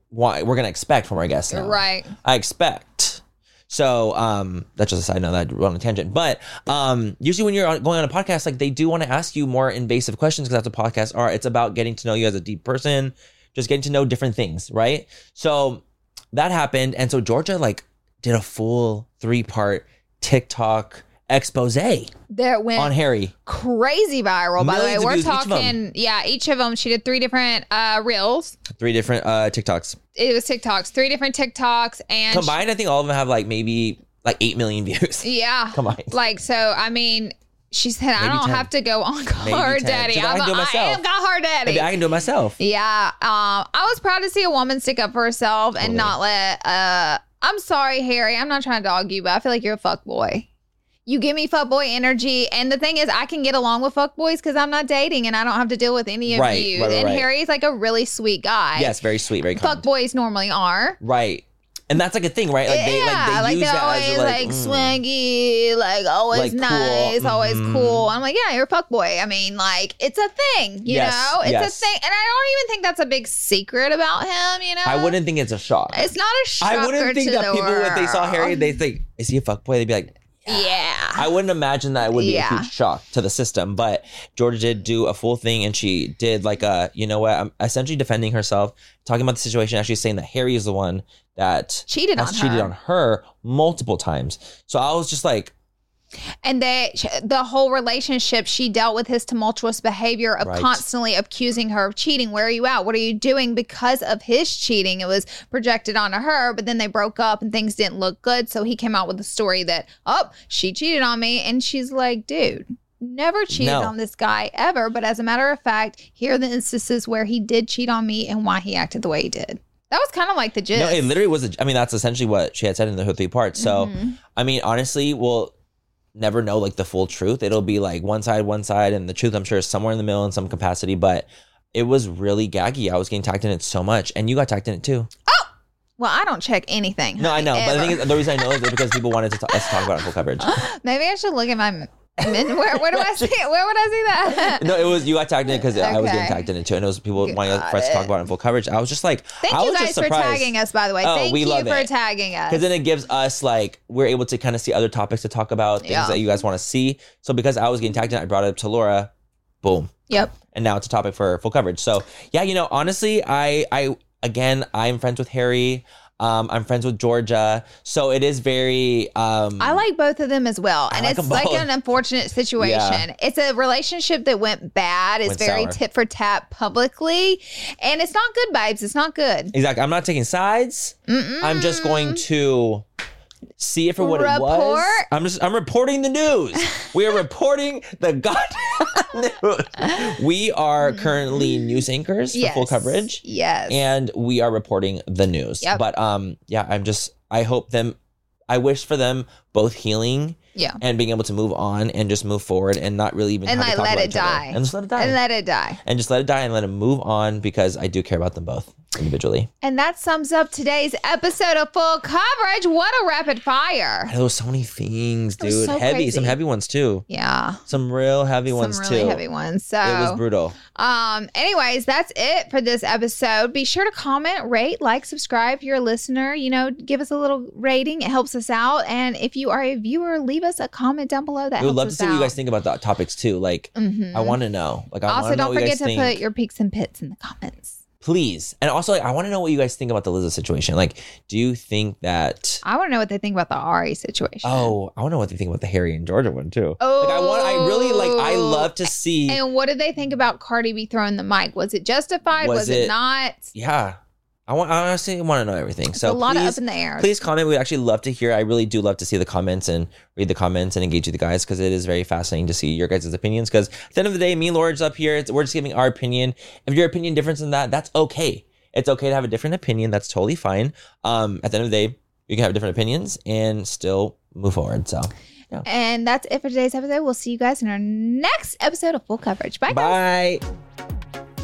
[SPEAKER 2] want we're gonna expect from our guests now.
[SPEAKER 1] Right.
[SPEAKER 2] I expect. So um, that's just a side note that I went on a tangent. But um, usually when you're on, going on a podcast, like they do want to ask you more invasive questions because that's what podcasts are. It's about getting to know you as a deep person, just getting to know different things, right? So that happened, and so Georgia like did a full three part TikTok expose
[SPEAKER 1] That went
[SPEAKER 2] on Harry.
[SPEAKER 1] crazy viral, by the way.
[SPEAKER 2] Millions of
[SPEAKER 1] We're
[SPEAKER 2] views, each of 'em.
[SPEAKER 1] talking, yeah, each of them. She did three different uh reels.
[SPEAKER 2] Three different uh, TikToks
[SPEAKER 1] It was TikToks, three different TikToks, and she-
[SPEAKER 2] combined. I think all of them have like maybe like eight million views.
[SPEAKER 1] yeah,
[SPEAKER 2] Come on.
[SPEAKER 1] Like so, I mean, she said, I
[SPEAKER 2] Maybe
[SPEAKER 1] don't
[SPEAKER 2] 10.
[SPEAKER 1] have to go on
[SPEAKER 2] Maybe
[SPEAKER 1] Car
[SPEAKER 2] 10.
[SPEAKER 1] Daddy.
[SPEAKER 2] She's like,
[SPEAKER 1] I'm
[SPEAKER 2] I can do it
[SPEAKER 1] a- I
[SPEAKER 2] myself.
[SPEAKER 1] am Car Daddy.
[SPEAKER 2] Maybe I can do it myself.
[SPEAKER 1] Yeah. Um, I was proud to see a woman stick up for herself and not let uh I'm sorry, Harry. I'm not trying to dog you, but I feel like you're a fuck boy. You give me fuck boy energy. And the thing is, I can get along with fuck boys because I'm not dating and I don't have to deal with any of
[SPEAKER 2] Right,
[SPEAKER 1] you.
[SPEAKER 2] right, right,
[SPEAKER 1] and
[SPEAKER 2] right.
[SPEAKER 1] Harry's like a really sweet guy.
[SPEAKER 2] Yes, very sweet, very kind.
[SPEAKER 1] Fuck boys normally are.
[SPEAKER 2] Right. And that's like a thing, right? Like they
[SPEAKER 1] yeah,
[SPEAKER 2] like they
[SPEAKER 1] like,
[SPEAKER 2] use
[SPEAKER 1] they're
[SPEAKER 2] that
[SPEAKER 1] always
[SPEAKER 2] as
[SPEAKER 1] like,
[SPEAKER 2] like, mm.
[SPEAKER 1] swaggy, like always
[SPEAKER 2] Like, cool.
[SPEAKER 1] nice, always
[SPEAKER 2] Mhm.
[SPEAKER 1] cool. I'm like, yeah, you're a fuckboy. I mean, like it's a thing, you
[SPEAKER 2] Yes,
[SPEAKER 1] know? It's
[SPEAKER 2] yes.
[SPEAKER 1] a thing, and I don't even think that's a big secret about him, you know?
[SPEAKER 2] I wouldn't think it's a shock.
[SPEAKER 1] It's not a shocker
[SPEAKER 2] I wouldn't think
[SPEAKER 1] to
[SPEAKER 2] that
[SPEAKER 1] the
[SPEAKER 2] people when they saw Harry
[SPEAKER 1] world.
[SPEAKER 2] they think is he a fuckboy? They'd be like.
[SPEAKER 1] yeah.
[SPEAKER 2] I wouldn't imagine that it would be a
[SPEAKER 1] Yeah.
[SPEAKER 2] huge shock to the system, but Georgia did do a full thing, and she did like a you know what? I'm essentially defending herself, talking about the situation, actually saying that Harry is the one that
[SPEAKER 1] Cheated
[SPEAKER 2] has
[SPEAKER 1] on
[SPEAKER 2] cheated
[SPEAKER 1] her.
[SPEAKER 2] on her multiple times. So I was just like,
[SPEAKER 1] and that sh- the whole relationship she dealt with his tumultuous behavior of
[SPEAKER 2] Right.
[SPEAKER 1] constantly accusing her of cheating where are you at what are you doing because of his cheating it was projected onto her but then they broke up and things didn't look good so he came out with a story that oh she cheated on me and she's like dude never cheated
[SPEAKER 2] No.
[SPEAKER 1] on this guy ever but as a matter of fact here are the instances where he did cheat on me and why he acted the way he did that was kind of like the gist
[SPEAKER 2] No, it literally was. A, I mean, that's essentially what she had said in the her three parts. So,
[SPEAKER 1] Mm-hmm.
[SPEAKER 2] I mean, honestly, we'll never know like the full truth. It'll be like one side, one side, and the truth. I'm sure is somewhere in the middle in some capacity. But it was really gaggy. I was getting tagged in it so much, and you got tagged in it too.
[SPEAKER 1] well i don't check anything
[SPEAKER 2] No, I
[SPEAKER 1] honey,
[SPEAKER 2] know. But the
[SPEAKER 1] ever.
[SPEAKER 2] thing is, the reason I know is because people wanted to talk, us to talk about it in full coverage.
[SPEAKER 1] Maybe I should look at my men. Where, where do I see? Where would I see that?
[SPEAKER 2] No, it was you got tagged in it because I was getting
[SPEAKER 1] Okay.
[SPEAKER 2] tagged in it too, and it was people wanting
[SPEAKER 1] Got
[SPEAKER 2] for us to talk
[SPEAKER 1] it.
[SPEAKER 2] about it in full coverage. I was just like,
[SPEAKER 1] Thank
[SPEAKER 2] I was
[SPEAKER 1] you guys
[SPEAKER 2] just
[SPEAKER 1] for
[SPEAKER 2] surprised.
[SPEAKER 1] tagging us, by the way.
[SPEAKER 2] Oh,
[SPEAKER 1] Thank
[SPEAKER 2] we
[SPEAKER 1] you
[SPEAKER 2] love
[SPEAKER 1] for
[SPEAKER 2] it.
[SPEAKER 1] tagging us.
[SPEAKER 2] Because then it gives us like we're able to kind of see other topics to talk about, things
[SPEAKER 1] Yeah.
[SPEAKER 2] that you guys want to see. So because I was getting tagged in, I brought it up to Laura. Boom.
[SPEAKER 1] yep.
[SPEAKER 2] And now it's a topic for full coverage. So yeah, you know, honestly, I I again I'm friends with Harry. Um, I'm friends with Georgia, so it is very. Um,
[SPEAKER 1] I like both of them as well.
[SPEAKER 2] I
[SPEAKER 1] and
[SPEAKER 2] like
[SPEAKER 1] it's
[SPEAKER 2] them
[SPEAKER 1] like
[SPEAKER 2] both.
[SPEAKER 1] an unfortunate situation.
[SPEAKER 2] Yeah.
[SPEAKER 1] It's a relationship that went bad. It's
[SPEAKER 2] Went
[SPEAKER 1] very
[SPEAKER 2] sour.
[SPEAKER 1] tit for tat publicly. And it's not good vibes. It's not good.
[SPEAKER 2] exactly. I'm not taking sides. I'm just going to see it for what it was.
[SPEAKER 1] Mm. Report.
[SPEAKER 2] I'm just I'm reporting the news. we are reporting the goddamn news. We are currently news anchors for full
[SPEAKER 1] Yes.
[SPEAKER 2] coverage.
[SPEAKER 1] Yes.
[SPEAKER 2] and we are reporting the news.
[SPEAKER 1] Yep.
[SPEAKER 2] But um, yeah, I'm just I hope them, I wish for them both healing
[SPEAKER 1] yeah.
[SPEAKER 2] and being able to move on and just move forward and not really even
[SPEAKER 1] And,
[SPEAKER 2] have
[SPEAKER 1] like,
[SPEAKER 2] to talk
[SPEAKER 1] let
[SPEAKER 2] about
[SPEAKER 1] it
[SPEAKER 2] each other.
[SPEAKER 1] die.
[SPEAKER 2] and just let it die
[SPEAKER 1] And let it die.
[SPEAKER 2] and just let it die and let it move on because I do care about them both individually.
[SPEAKER 1] And that sums up today's episode of Full Coverage. What a rapid fire.
[SPEAKER 2] There was so many things,
[SPEAKER 1] was
[SPEAKER 2] dude.
[SPEAKER 1] so
[SPEAKER 2] heavy, some
[SPEAKER 1] crazy.
[SPEAKER 2] heavy ones too.
[SPEAKER 1] Yeah.
[SPEAKER 2] Some real heavy
[SPEAKER 1] Some
[SPEAKER 2] ones
[SPEAKER 1] really
[SPEAKER 2] too.
[SPEAKER 1] heavy ones. So
[SPEAKER 2] It was brutal.
[SPEAKER 1] Um, anyways, that's it for this episode. Be sure to comment, rate, like, subscribe if you're a listener. You know, give us a little rating. It helps us out. And if you are a viewer, leave us a comment down below. That
[SPEAKER 2] We would
[SPEAKER 1] helps
[SPEAKER 2] love to
[SPEAKER 1] us
[SPEAKER 2] see
[SPEAKER 1] out.
[SPEAKER 2] what you guys think about the topics too. Like,
[SPEAKER 1] Mhm.
[SPEAKER 2] I want to know. Like, I
[SPEAKER 1] also,
[SPEAKER 2] want to know
[SPEAKER 1] don't
[SPEAKER 2] what you
[SPEAKER 1] forget
[SPEAKER 2] guys
[SPEAKER 1] to
[SPEAKER 2] think.
[SPEAKER 1] put your peaks and pits in the comments.
[SPEAKER 2] please. And also, like, I want to know what you guys think about the Lizzo situation. Like, do you think that?
[SPEAKER 1] I want to know what they think about the Ari situation.
[SPEAKER 2] Oh, I want to know what they think about the Harry and Georgia one too. like, I want. I really like. I
[SPEAKER 1] Oh.
[SPEAKER 2] love to see.
[SPEAKER 1] And what did they think about Cardi B throwing the mic? Was it justified?
[SPEAKER 2] Was
[SPEAKER 1] Was, it,
[SPEAKER 2] it-
[SPEAKER 1] not?
[SPEAKER 2] yeah, I want. I honestly want to know everything.
[SPEAKER 1] It's a
[SPEAKER 2] So
[SPEAKER 1] lot
[SPEAKER 2] please,
[SPEAKER 1] of up in the air.
[SPEAKER 2] please comment. We'd actually love to hear. I really do love to see the comments and read the comments and engage with the guys because it is very fascinating to see your guys' opinions. Because at the end of the day, me and Laura's up here. It's, we're just giving our opinion. If your opinion different than that, that's okay. It's okay to have a different opinion. That's totally fine. Um, at the end of the day, you can have different opinions and still move forward. So
[SPEAKER 1] And that's it for today's episode. We'll see you guys in our next episode of Full Coverage. Bye, guys.
[SPEAKER 2] bye.